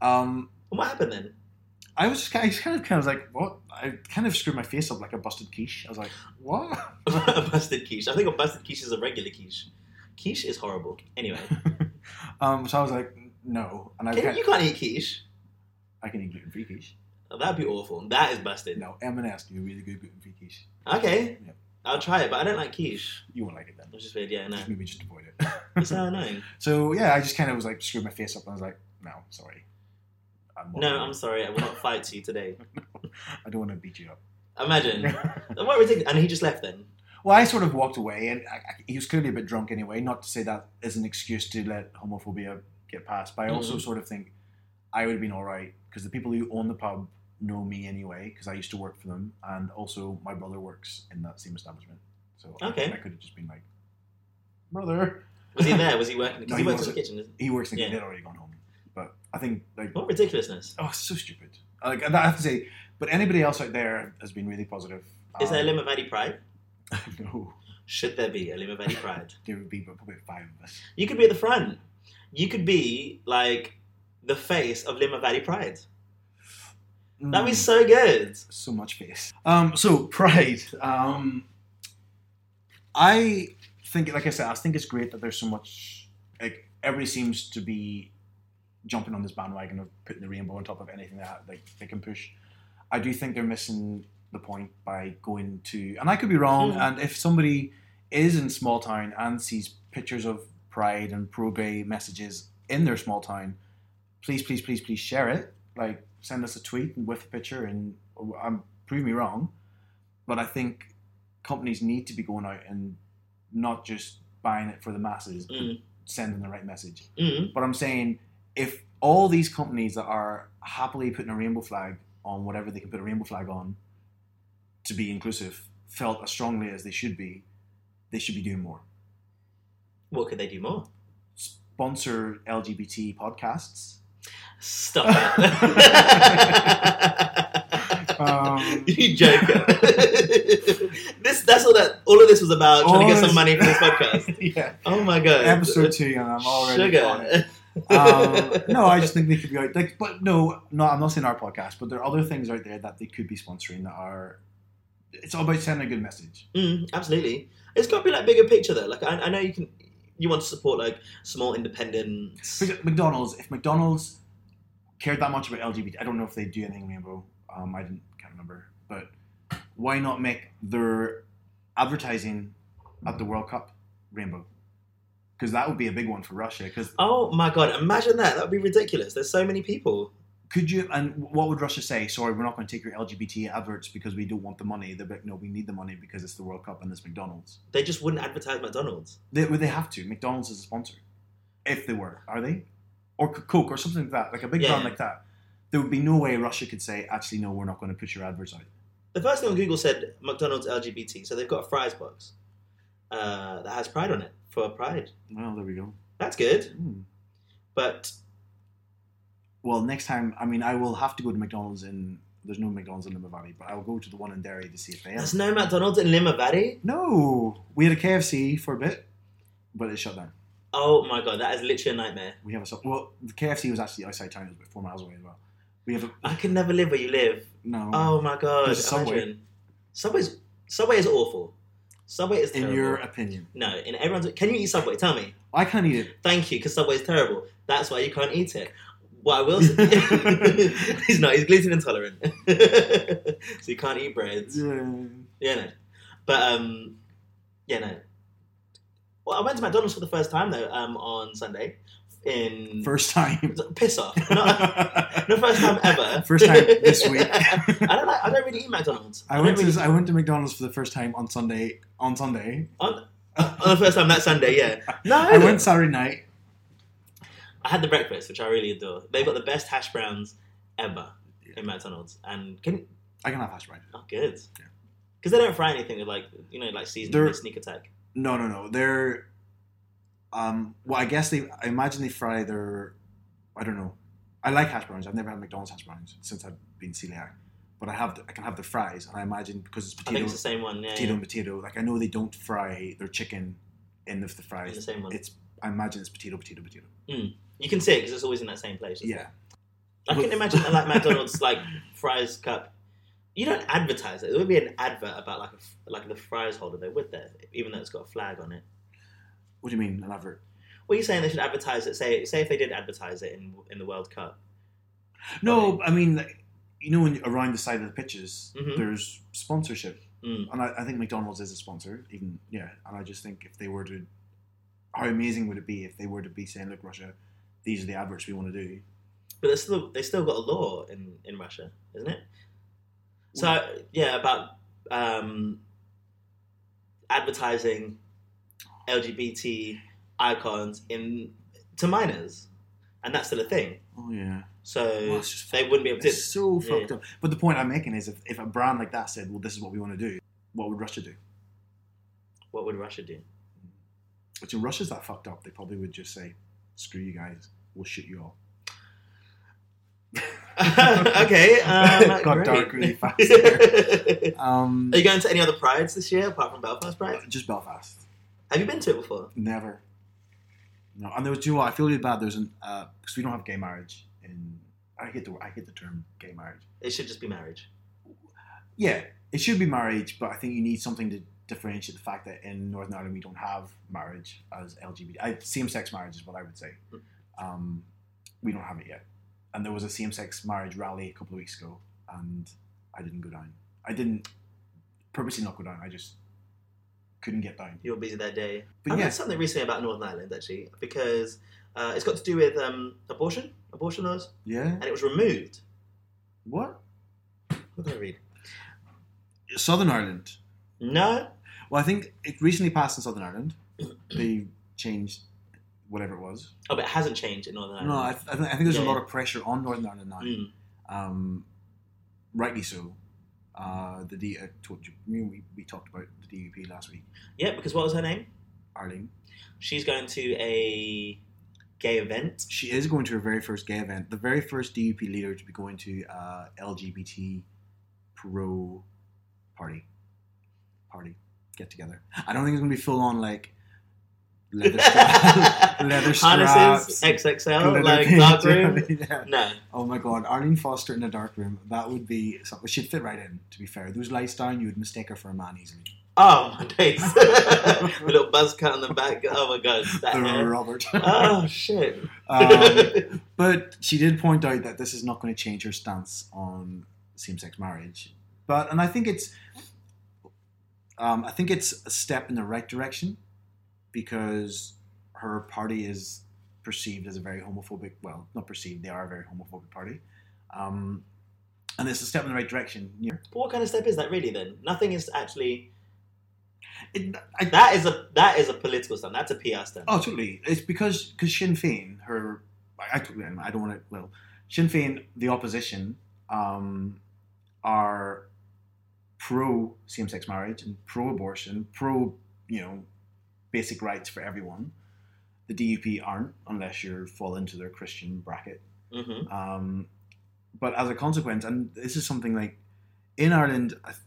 B: Um,
A: What happened then?
B: I was just kind of, kind of, kind of like, what? I kind of screwed my face up like a busted quiche. I was like, what?
A: a busted quiche. I think a busted quiche is a regular quiche. Quiche is horrible. Anyway,
B: Um, so I was like, no. And I
A: can,
B: can
A: you can't eat quiche.
B: I can eat gluten free quiche.
A: Oh, that'd be awful. That is busted.
B: No, M&S do a really good gluten free quiche.
A: Okay,
B: Yeah.
A: I'll try it, but I don't like quiche.
B: You won't like it then.
A: Which is weird. Yeah, I know.
B: Just maybe just avoid
A: It's
B: it.
A: so annoying.
B: so yeah, I just kind of was like screwed my face up and I was like, no, sorry. I'm not-
A: No, I'm sorry. I will not fight you today.
B: I don't want to beat you up.
A: Imagine. What ridiculous. And he just left then.
B: well, I sort of walked away, and I, I- he was clearly a bit drunk anyway. Not to say that is an excuse to let homophobia get past, but I
A: Mm-hmm.
B: also sort of think I would have been all right because the people who own the pub know me anyway because I used to work for them, and also my brother works in that same establishment. So I-
A: Okay.
B: I, could have just been like, brother,
A: Was he there? Was he working? Because
B: No,
A: he
B: he
A: works in the
B: wasn't.
A: kitchen. Isn't
B: he works in the
A: Yeah.
B: they'd already gone home, but I think like
A: What ridiculousness!
B: oh, it's so stupid. Like and I have to say, but anybody else out there has been really positive.
A: Is
B: Um,
A: there a Limavady Pride?
B: limit? no,
A: Should there be a Limavady Pride?
B: there would be probably five of us.
A: You could be at the front. You could be like the face of Limavady Pride. That'd be
B: Mm.
A: so good.
B: so much space. Um, so pride. Um, I think, like I said, I think it's great that there's so much. Like everybody seems to be jumping on this bandwagon of putting the rainbow on top of anything that like they can push. I do think they're missing the point by going to, and I could be wrong.
A: Mhm.
B: And if somebody is in small town and sees pictures of pride and pro gay messages in their small town, please, please, please, please share it. Like, send us a tweet with a picture, and um, prove me wrong. But I think companies need to be going out and not just buying it for the masses, but
A: Mm.
B: sending the right message.
A: Mm.
B: But I'm saying if all these companies that are happily putting a rainbow flag on whatever they can put a rainbow flag on to be inclusive felt as strongly as they should be, they should be doing more.
A: What could they do more?
B: Sponsor LGBT podcasts.
A: Stop it.
B: Um,
A: you joker. this that's all that all of this was about trying to
B: All
A: get some
B: this-
A: money for this podcast.
B: yeah.
A: Oh my god.
B: Episode two, and I'm already
A: Sugar.
B: on it. Um, no, I just think they could be out. Like, but no, no, I'm not saying our podcast, but there are other things out there that they could be sponsoring that are. It's all about sending a good message.
A: Mm, absolutely. It's got to be like bigger picture though. Like I, I know you can, you want to support like small independent.
B: For example, McDonald's, if McDonald's cared that much about LGBT, I don't know if they do anything rainbow. Um, I didn't, can't remember, but why not make their advertising at the World Cup rainbow? Because that would be a big one for Russia. Because
A: Oh my god! Imagine that. That would be ridiculous. There's so many people.
B: could you and what would Russia say? Sorry, we're not going to take your LGBT adverts because we don't want the money. They're like, no, we need the money because it's the World Cup and it's McDonald's.
A: They just wouldn't advertise McDonald's.
B: They, would they have to. McDonald's is a sponsor. If they were, are they? Or C- Coke or something like that, like a big
A: Yeah.
B: brand like that. There would be no way Russia could say, actually, no, we're not going to put your adverts out.
A: The first thing on Google said McDonald's LGBT, so they've got a fries box uh, that has pride on it for pride.
B: Well, there we go.
A: That's good,
B: Hmm.
A: but
B: Well, next time, I mean, I will have to go to McDonald's in. There's no McDonald's in Lima Valley, but I'll go to the one in Derry to see if they have.
A: there's no McDonald's in Limavady.
B: No, we had a KFC for a bit, but it shut down.
A: Oh my god, that is literally a nightmare.
B: We have a sub- well, the KFC was actually outside town. It was about four miles away as well. We have a
A: I could never live where you live.
B: no
A: Oh my god,
B: There's a Subway.
A: imagine. Subway's Subway is awful. Subway is
B: in
A: terrible.
B: your opinion.
A: No, in everyone's. Can you eat Subway? Tell me.
B: I can't eat it.
A: Thank you, because Subway's terrible. That's why you can't eat it. What I will say, he's not. He's gluten intolerant, so you can't eat bread. Yeah, no. But um, yeah, no. Well, I went to McDonald's for the first time though um, on Sunday. In
B: First time.
A: piss off. Not, no, first time ever.
B: First time this week.
A: I don't like. I don't really eat McDonald's.
B: I
A: don't
B: went
A: really-
B: to I went to McDonald's for the first time on Sunday. On Sunday,
A: on the first time that Sunday. Yeah. No.
B: I went Saturday night.
A: I had the breakfast, which I really adore. They've got the best hash browns ever in McDonald's, and can
B: I can have hash brown.
A: oh good, because
B: Yeah.
A: they don't fry anything with like you know like seasoning
B: They're-
A: with sneak attack.
B: No, no, no. They're um. Well, I guess they. I imagine they fry their. I don't know. I like hash browns. I've never had McDonald's hash browns since I've been celiac, but I have. The, I can have the fries, and I imagine because it's
A: I
B: potato.
A: think it's the same one. Yeah,
B: potato
A: yeah.
B: and potato. Like I know they don't fry their chicken in with the
A: It's the
B: fries.
A: same one.
B: It's I imagine it's potato, potato, potato.
A: you can see it because it's always in that same place.
B: Yeah,
A: I can
B: But-
A: imagine that, like McDonald's like fries cup. You don't advertise it. There would be an advert about like a, f- like the fries holder though, would there? Even though it's got a flag on it.
B: what do you mean an advert?
A: What are you saying? They should advertise it. Say say if they did advertise it in in the World Cup.
B: No, I mean like, you know when around the side of the pitches
A: Mhm.
B: there's sponsorship,
A: Mm.
B: and I, I think McDonald's is a sponsor. Even yeah, and I just think if they were to, how amazing would it be if they were to be saying, look, Russia, these are the adverts we want to do.
A: But they still they still got a law in in Russia, isn't it? So yeah, about um, advertising LGBT icons in to minors, and that's still a thing.
B: Oh yeah,
A: So
B: Well, it's just
A: they wouldn't be able to.
B: it's so
A: Uh, yeah.
B: fucked up. But the point I'm making is, if, if a brand like that said, well, this is what we want to do, what would Russia do?
A: What would Russia do?
B: Which in Russia's that fucked up. They probably would just say, "Screw you guys, we'll shoot you all."
A: okay. Um,
B: Got
A: great.
B: dark really fast. there.
A: Are
B: um,
A: you going to any other prides this year apart from Belfast Pride?
B: just Belfast.
A: Have you been to it before?
B: Never. No, and there was, do you know what? I feel really bad. There's an because we don't have gay marriage in. I hate the I hate the term gay marriage.
A: It should just be marriage.
B: Yeah, it should be marriage, but I think you need something to differentiate the fact that in Northern Ireland we don't have marriage as LGBT. I, same-sex marriage is what I would say. Um, we don't have it yet. And there was a same-sex marriage rally a couple of weeks ago, and I didn't go down. I didn't purposely not go down. I just couldn't get down.
A: You were busy that day.
B: But
A: I
B: yeah,
A: read something recently about Northern Ireland actually because uh, it's got to do with um, abortion, abortion laws,
B: yeah.
A: and it was removed.
B: What?
A: What did I read?
B: Southern Ireland.
A: No,
B: Well, I think it recently passed in Southern Ireland. they changed whatever it was.
A: oh, but it hasn't changed in Northern
B: No, I,
A: Ireland.
B: th- I, th- I think there's
A: Yeah,
B: a lot
A: yeah.
B: of pressure on Northern Ireland now.
A: Mm.
B: Um, rightly so. Uh, the D- I told you, me and we, we talked about the DUP last week.
A: Yeah, because what was her name?
B: Arlene.
A: She's going to a gay event.
B: She is going to her very first gay event, the very first DUP leader to be going to uh, LGBT pro party. Party. Get together. I don't think it's going to be full on like leather straps. leather straps.
A: Harnesses, XXL,
B: glitter
A: like
B: paint,
A: dark
B: you know
A: room.
B: what I mean? Yeah.
A: No,
B: Oh my god, Arlene Foster in a dark room. That would be something. She'd fit right in, to be fair. Those lights down, you would mistake her for a man easily.
A: Oh my days! the little buzz cut on the back. Oh my god, that
B: The
A: hair.
B: Robert.
A: Oh shit.
B: um, but she did point out that this is not going to change her stance on same-sex marriage. But and I think it's, um, I think it's a step in the right direction, because her party is perceived as a very homophobic. Well, not perceived; they are a very homophobic party, um, and it's a step in the right direction. You know,
A: but what kind of step is that really then? Nothing is actually
B: it, I,
A: that is a that is a political stunt. That's a PR stunt.
B: Oh, totally. It's because because Sinn Féin, her, I, I totally, I don't want to. Well, Sinn Féin, the opposition, um, are pro same-sex marriage and pro-abortion, pro you know basic rights for everyone. The DUP aren't, unless you fall into their Christian bracket.
A: hmm
B: Um, but as a consequence, and this is something like in Ireland, I th-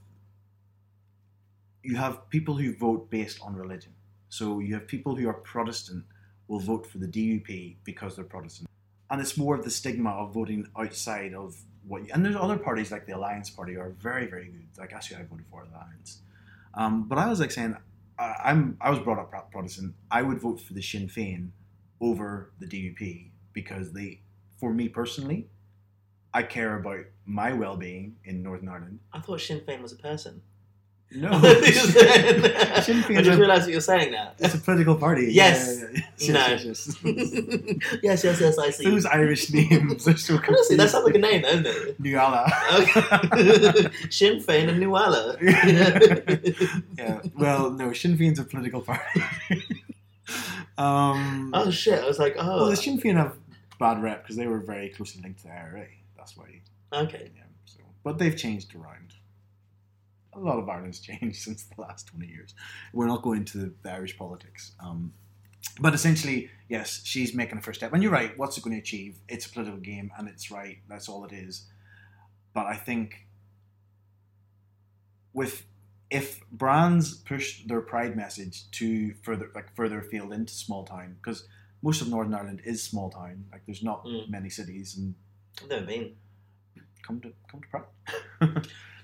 B: you have people who vote based on religion. So you have people who are Protestant will vote for the DUP because they're Protestant, and it's more of the stigma of voting outside of what. You, and there's other parties like the Alliance Party are very very good. Like actually, I voted for the Alliance, um, but I was like saying. I- I'm. I was brought up Pro- Protestant. I would vote for the Sinn Féin over the DUP because they for me personally, I care about my well being in Northern Ireland.
A: I thought Sinn Féin was a person. Oh.
B: No.
A: I
B: Sinn
A: just
B: Féin's a-
A: realised that you're saying that.
B: it's a political party.
A: Yes.
B: Yeah, yeah, yeah. Yes, yes, yes.
A: yes, yes, yes. I see.
B: Those Irish names are so
A: Honestly,
B: confusing.
A: that sounds like a name, doesn't it?
B: Nuala.
A: Okay. Sinn Féin and Nuala. Yeah.
B: yeah. Well, no, Sinn Féin's a political party. um,
A: oh shit! I was like, oh,
B: well, the Sinn Féin have bad rep because they were very closely linked to the IRA. That's why.
A: okay.
B: Yeah, so. But they've changed around. A lot of Ireland's changed since the last 20 years. We're not going to the Irish politics. Um, but essentially, yes, she's making a first step. And you're right, what's it going to achieve? It's a political game and it's right. That's all it is. But I think with if brands push their pride message to further like further afield into small town, because most of Northern Ireland is small town, like there's not
A: Mm.
B: many cities and
A: I've never been.
B: come to come to pride.
A: I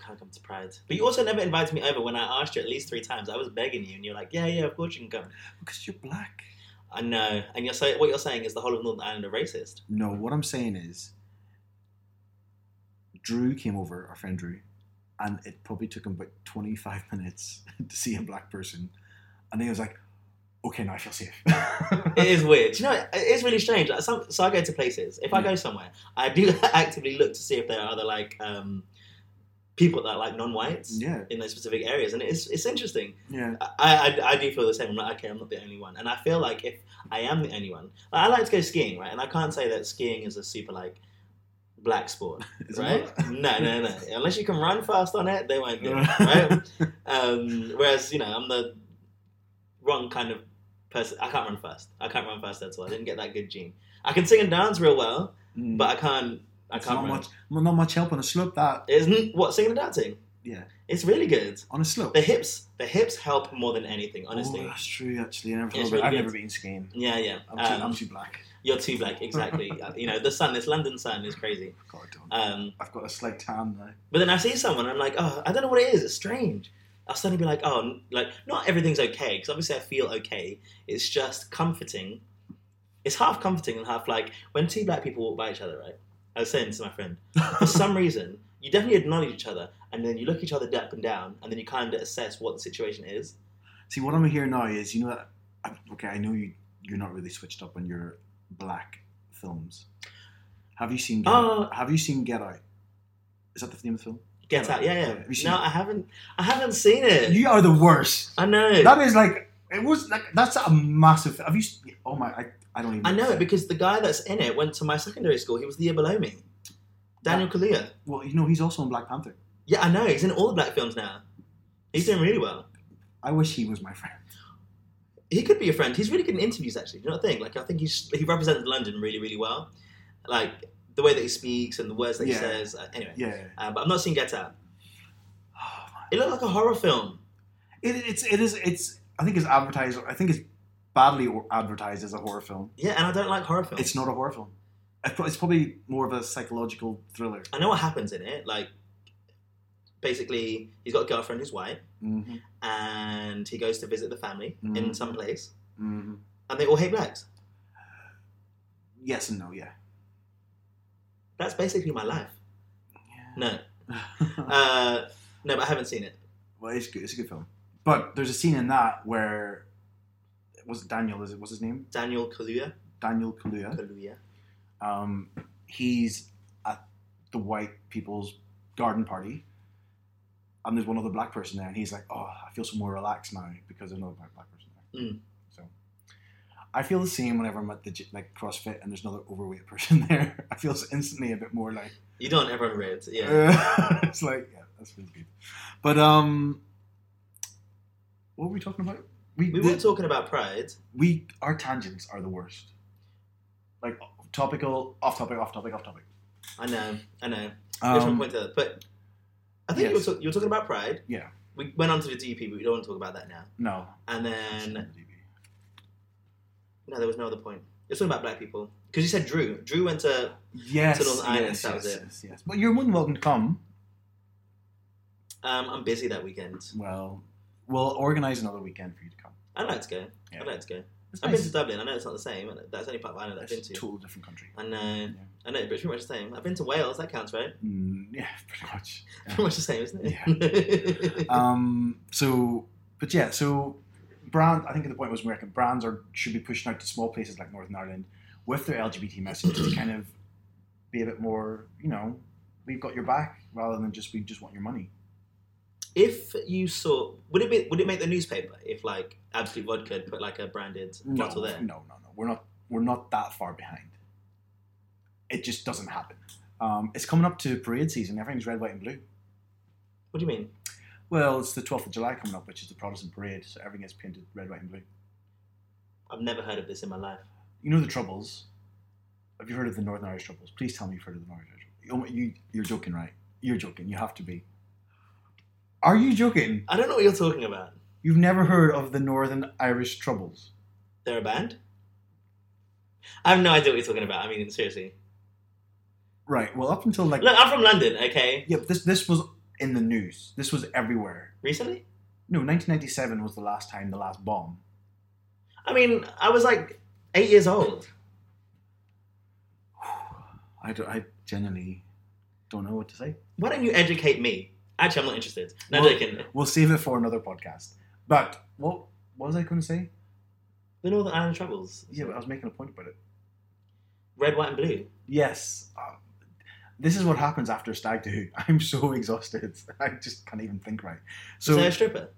A: can't come to Pride. But you also never invited me over when I asked you at least three times. I was begging you, and you're like, yeah, yeah, of course you can come.
B: Because you're black.
A: I know. And you're saying what you're saying is the whole of Northern Ireland are racist.
B: No, what I'm saying is, Drew came over, our friend Drew, and it probably took him about 25 minutes to see a black person. And he was like, okay, now I feel safe.
A: It is weird. Do you know, it is really strange. Like, some, so I go to places. If I go somewhere, I do actively look to see if there are other like um, people that are like non-whites
B: yeah,
A: in those specific areas, and it's it's interesting.
B: yeah.
A: I, I, I do feel the same. I'm like, okay, I'm not the only one. And I feel like if I am the only one, like, I like to go skiing, right? And I can't say that skiing is a super like black sport,
B: Is it
A: right?
B: not?
A: No, no, no. Unless you can run fast on it, they won't do it, right?
B: Yeah.
A: Um, whereas you know, I'm the wrong kind of person. I can't run fast. I can't run fast at all. I didn't get that good gene. I can sing and dance real well,
B: Mm.
A: but I can't I
B: It's
A: can't
B: not
A: remember.
B: much, not much help on a slope. That
A: Isn't what singing and dancing?
B: yeah,
A: It's really good.
B: on a slope.
A: The hips, the hips help more than anything. Honestly.
B: oh, that's true. Actually, I never thought
A: It's
B: about it.
A: really
B: I've
A: good.
B: never been skiing.
A: Yeah, yeah.
B: I'm too,
A: Um,
B: I'm too black.
A: you're too black, exactly. Uh, you know, the sun, this London sun is crazy.
B: God, I don't.
A: Um,
B: I've got a slight tan now.
A: but then I see someone, I'm like, oh, I don't know what it is. It's strange. I'll suddenly be like, oh, n- like not everything's okay because obviously I feel okay. It's just comforting. It's half comforting and half like when two black people walk by each other, right? I was saying this to my friend. For some reason, you definitely acknowledge each other, and then you look each other up and down, and then you kind of assess what the situation is.
B: See, what I'm hearing now is, you know, that I- okay, I know you you're not really switched up on your black films. Have you seen? Get
A: Uh,
B: Out? Have you seen Get Out? Is that the name of the film?
A: Get out, yeah,
B: Have you
A: yeah.
B: seen
A: No,
B: it?
A: I haven't. I haven't seen it.
B: You are the worst.
A: I know.
B: That is like it was like that's a massive. Have you? s- Oh my! I, I don't even.
A: I know it because the guy that's in it went to my secondary school. He was the year below me. Daniel Kaluuya.
B: Well, you know he's also in Black Panther.
A: Yeah, I know. He's in all the black films now. He's doing really well.
B: I wish he was my friend.
A: He could be a friend. He's really good in interviews, actually. Do you know what I think? Like, I think he's, he represents London really, really well. Like, the way that he speaks and the words that
B: Yeah.
A: he says. Uh, anyway,
B: Yeah.
A: uh, but I'm not seeing Get Out.
B: Oh my.
A: It looked like a horror film.
B: It, it's it is it's. I think it's advertised. I think it's badly or- advertised as a horror film.
A: Yeah, and I don't like horror films.
B: It's not a horror film. It's pro- It's probably more of a psychological thriller.
A: I know what happens in it. Like, basically, he's got a girlfriend who's white,
B: Mm-hmm.
A: and he goes to visit the family in
B: Mhm.
A: some place,
B: Mm-hmm.
A: and they all hate blacks.
B: Yes and no. Yeah.
A: That's basically my life. No,
B: Yeah.
A: uh, no, but I haven't seen it.
B: well, it's good. It's a good film. But there's a scene in that where was it Daniel? Is it what's his name?
A: Daniel Kaluuya.
B: Daniel Kaluuya.
A: Kaluuya.
B: um, he's at the white people's garden party, and there's one other black person there, and he's like, "Oh, I feel so more relaxed now because there's another black, black person there."
A: Mm.
B: So, I feel the same whenever I'm at the gy- like CrossFit and there's another overweight person there. I feel instantly a bit more like,
A: You don't ever read, yeah.
B: uh, it's like, yeah, that's really good. But um, what were we talking about?
A: we
B: the-
A: were talking about pride.
B: we our tangents are the worst. Like topical, off topic, off topic, off topic.
A: I know, I know. There's one
B: Um,
A: point to that, but I think
B: yes.
A: you, were talk- you were talking about pride.
B: Yeah.
A: We went on to the DP, but we don't want to talk about that now.
B: no.
A: And then no, there was no other point. You're talking about black people because you said Drew. Drew went to
B: Yes,
A: Little Island,
B: yes,
A: that was
B: yes,
A: it.
B: yes, yes. But you're more than welcome to come.
A: um, I'm busy that weekend.
B: Well, we'll organise another weekend for you to come.
A: I'd like to go.
B: Yeah.
A: I'd like to go.
B: It's
A: I've
B: nice.
A: been to Dublin. I know it's not the same. and That's the only part of Ireland I've
B: It's
A: been to.
B: a totally different country.
A: I know.
B: Yeah.
A: I know, but it's pretty much the same. I've been to Wales. That counts, right?
B: Mm, yeah, pretty much.
A: Pretty much the same, isn't it?
B: um, so, but yeah, so brand. I think the point was American brands are should be pushing out to small places like Northern Ireland with their LGBT message to kind of be a bit more, you know, we've got your back rather than just we just want your money.
A: If you saw, would it be would it make the newspaper if like Absolute Vodka had put like a branded
B: No, Mm.
A: bottle there?
B: no, no, no. We're not. We're not that far behind. It just doesn't happen. Um, it's coming up to parade season. Everything's red, white, and blue.
A: What do you mean?
B: Well, it's the 12th of July coming up, which is the Protestant parade, so everything gets painted red, white, and blue.
A: I've never heard of this in my life.
B: You know the Troubles. Have you heard of the Northern Irish Troubles? Please tell me you've heard of the Northern Irish Troubles. Oh You, you're joking, right? You're joking. You have to be. Are you joking?
A: I don't know what you're talking about.
B: You've never heard of the Northern Irish Troubles?
A: They're a band. I have no idea what you're talking about. I mean, seriously.
B: Right. Well, up until like
A: Look, I'm from London. Okay,
B: yeah, this this was in the news. This was everywhere.
A: recently.
B: No, 1997 was the last time, the last bomb.
A: I mean, I was like eight years old.
B: I, don't, I genuinely don't know what to say.
A: Why don't you educate me? Actually, I'm not interested. No
B: Well-
A: joking.
B: We'll save it for another podcast. But what, what was I going to say?
A: The Northern Ireland Troubles.
B: Yeah, but I was making a point about it.
A: Red, white, and blue.
B: Yes. Um, this is what happens after Stag Do. I'm so exhausted. I just can't even think right.
A: So,
B: So
A: a stripper.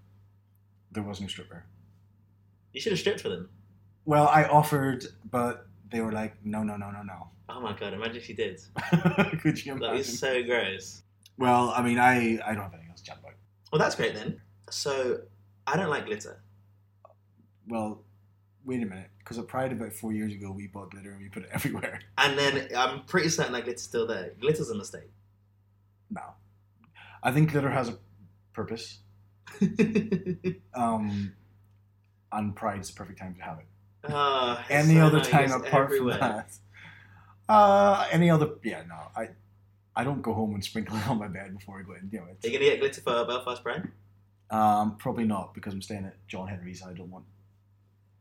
B: there was no stripper.
A: You should have stripped for them.
B: Well, I offered, but they were like, no, no, no, no, no.
A: Oh my god! Imagine if you did.
B: Could you
A: That
B: imagine?
A: is so gross.
B: Well, I mean, I, I don't have anything else to chat about.
A: Well, that's great then. So, I don't like glitter.
B: Well, wait a minute, because at Pride about four years ago, we bought glitter and we put it everywhere.
A: And then I'm pretty certain that glitter's still there. Glitter's a mistake.
B: No, I think glitter has a purpose, um, and Pride's the perfect time to have it.
A: Ah, it's
B: Any
A: so
B: other
A: annoying.
B: time
A: It's
B: apart
A: everywhere.
B: from that, uh, any other? Yeah, no, I, I don't go home and sprinkle it on my bed before I go in. You know,
A: Are you
B: it's,
A: gonna get glitter for Belfast Pride?
B: um, probably not because I'm staying at John Henry's. and I don't want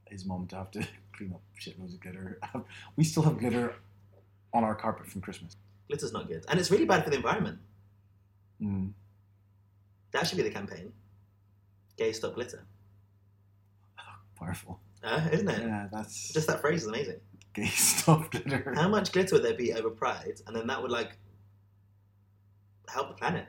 B: his mom to have to clean up shit loads of glitter. we still have glitter on our carpet from Christmas.
A: Glitter's not good, and it's really bad for the environment.
B: Mm.
A: That should be the campaign. Gay stop glitter,
B: powerful.
A: uh, isn't it?
B: Yeah, that's
A: Just that phrase is amazing.
B: gay stuff glitter.
A: How much glitter would there be over Pride, and then that would like help the planet?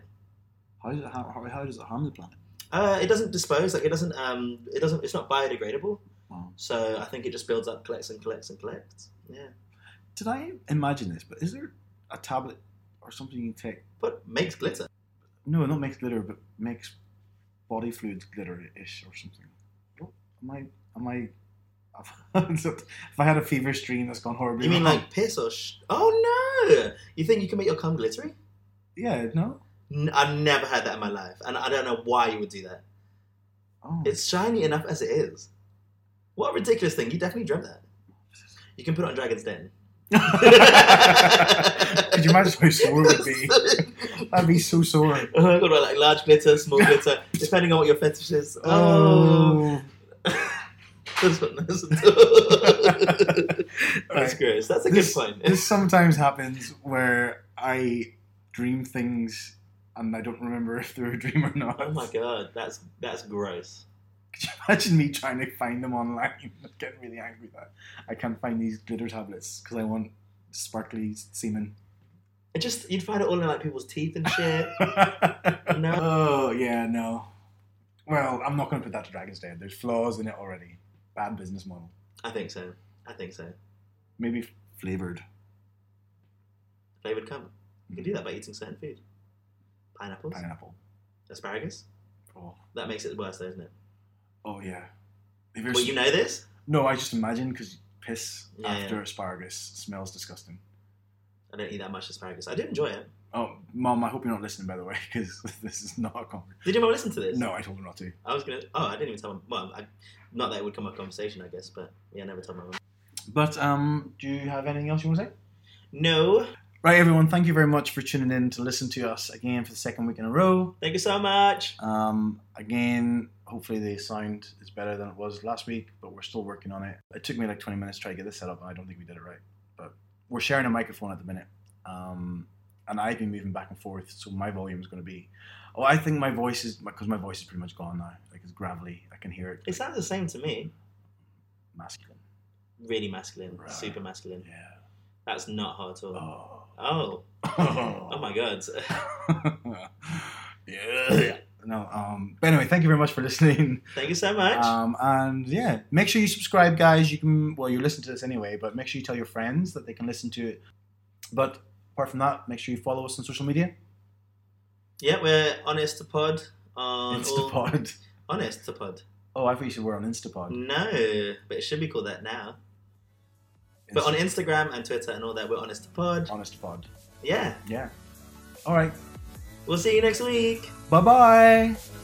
B: How, does it, how, how, how does it harm the planet?
A: Uh, it doesn't dispose, like it doesn't, um, it doesn't, it's not biodegradable.
B: Wow.
A: So I think it just builds up, collects and collects and collects. Yeah,
B: Did I imagine this? But is there a tablet or something you can take?
A: but makes glitter.
B: No, not makes glitter, but makes body fluids glitter-ish or something. What? Am I? Am I? if I had a feverish dream that's gone horribly,
A: You mean
B: wrong-
A: like piss or? Sh- oh no! You think you can make your cum glittery?
B: yeah, no.
A: N- I've never had that in my life, and I don't know why you would do that.
B: Oh,
A: It's shiny enough as it is. What a ridiculous thing! You definitely dreamt that. You can put it on Dragon's Den.
B: could you imagine how sore it would be? I'd be so sore.
A: oh my god, right, like large glitter, small glitter, depending on what your fetish is. Oh,
B: Oh,
A: That's what- that's- That's
B: Right.
A: gross. That's a
B: this,
A: good point.
B: this sometimes happens where I dream things and I don't remember if they're a dream or not.
A: Oh my god, that's that's gross.
B: Could you imagine me trying to find them online? I'm getting really angry that I can't find these glitter tablets because I want sparkly semen.
A: It just you'd find it all in like people's teeth and shit. No.
B: Oh yeah, no. Well, I'm not going to put that to Dragon's Den. There's flaws in it already. Bad business model.
A: I think so. I think so.
B: Maybe flavored.
A: They would come. You can do that by eating certain food. Pineapples,
B: Pineapple.
A: asparagus.
B: Oh,
A: That makes it worse, though, isn't it?
B: oh yeah. Have you ever
A: Well, you know this.
B: No, I just imagine because piss
A: Yeah,
B: after
A: yeah.
B: asparagus smells disgusting.
A: I don't eat that much asparagus. I do enjoy it.
B: Oh, mom, I hope you're not listening, by the way, because this is not a conversation.
A: Did your mum listen to this?
B: No, I told her not to.
A: I was gonna. Oh, I didn't even tell my mum. I, not that it would come up conversation, I guess, but yeah, I never told my mum.
B: But um, do you have anything else you want to say?
A: No,
B: Right, everyone, thank you very much for tuning in to listen to us again for the second week in a row.
A: thank you so much.
B: Um, again, hopefully the sound is better than it was last week, but we're still working on it. It took me like 20 minutes to try to get this set up, and I don't think we did it right. But we're sharing a microphone at the minute, um, and I've been moving back and forth, so my volume is going to be. Oh, I think my voice is because my voice is pretty much gone now. Like it's gravelly. I can hear it.
A: It sounds the same to me.
B: masculine.
A: Really masculine,
B: Right.
A: super masculine.
B: Yeah.
A: That's not hard at all.
B: Oh.
A: Oh, oh my god.
B: yeah. No. Um. But anyway, thank you very much for listening.
A: Thank you so much.
B: Um, and yeah, make sure you subscribe, guys. You can well, you listen to this anyway, but make sure you tell your friends that they can listen to it. But apart from that, make sure you follow us on social media.
A: yeah, we're honest to pod on all,
B: Instapod.
A: honest to pod.
B: Oh, I thought you said we're on Instapod.
A: No, but it should be called that now. But on Instagram and Twitter and all that, we're honest to pod.
B: Honestpod.
A: Yeah,
B: Yeah. All right.
A: we'll see you next week.
B: Bye bye.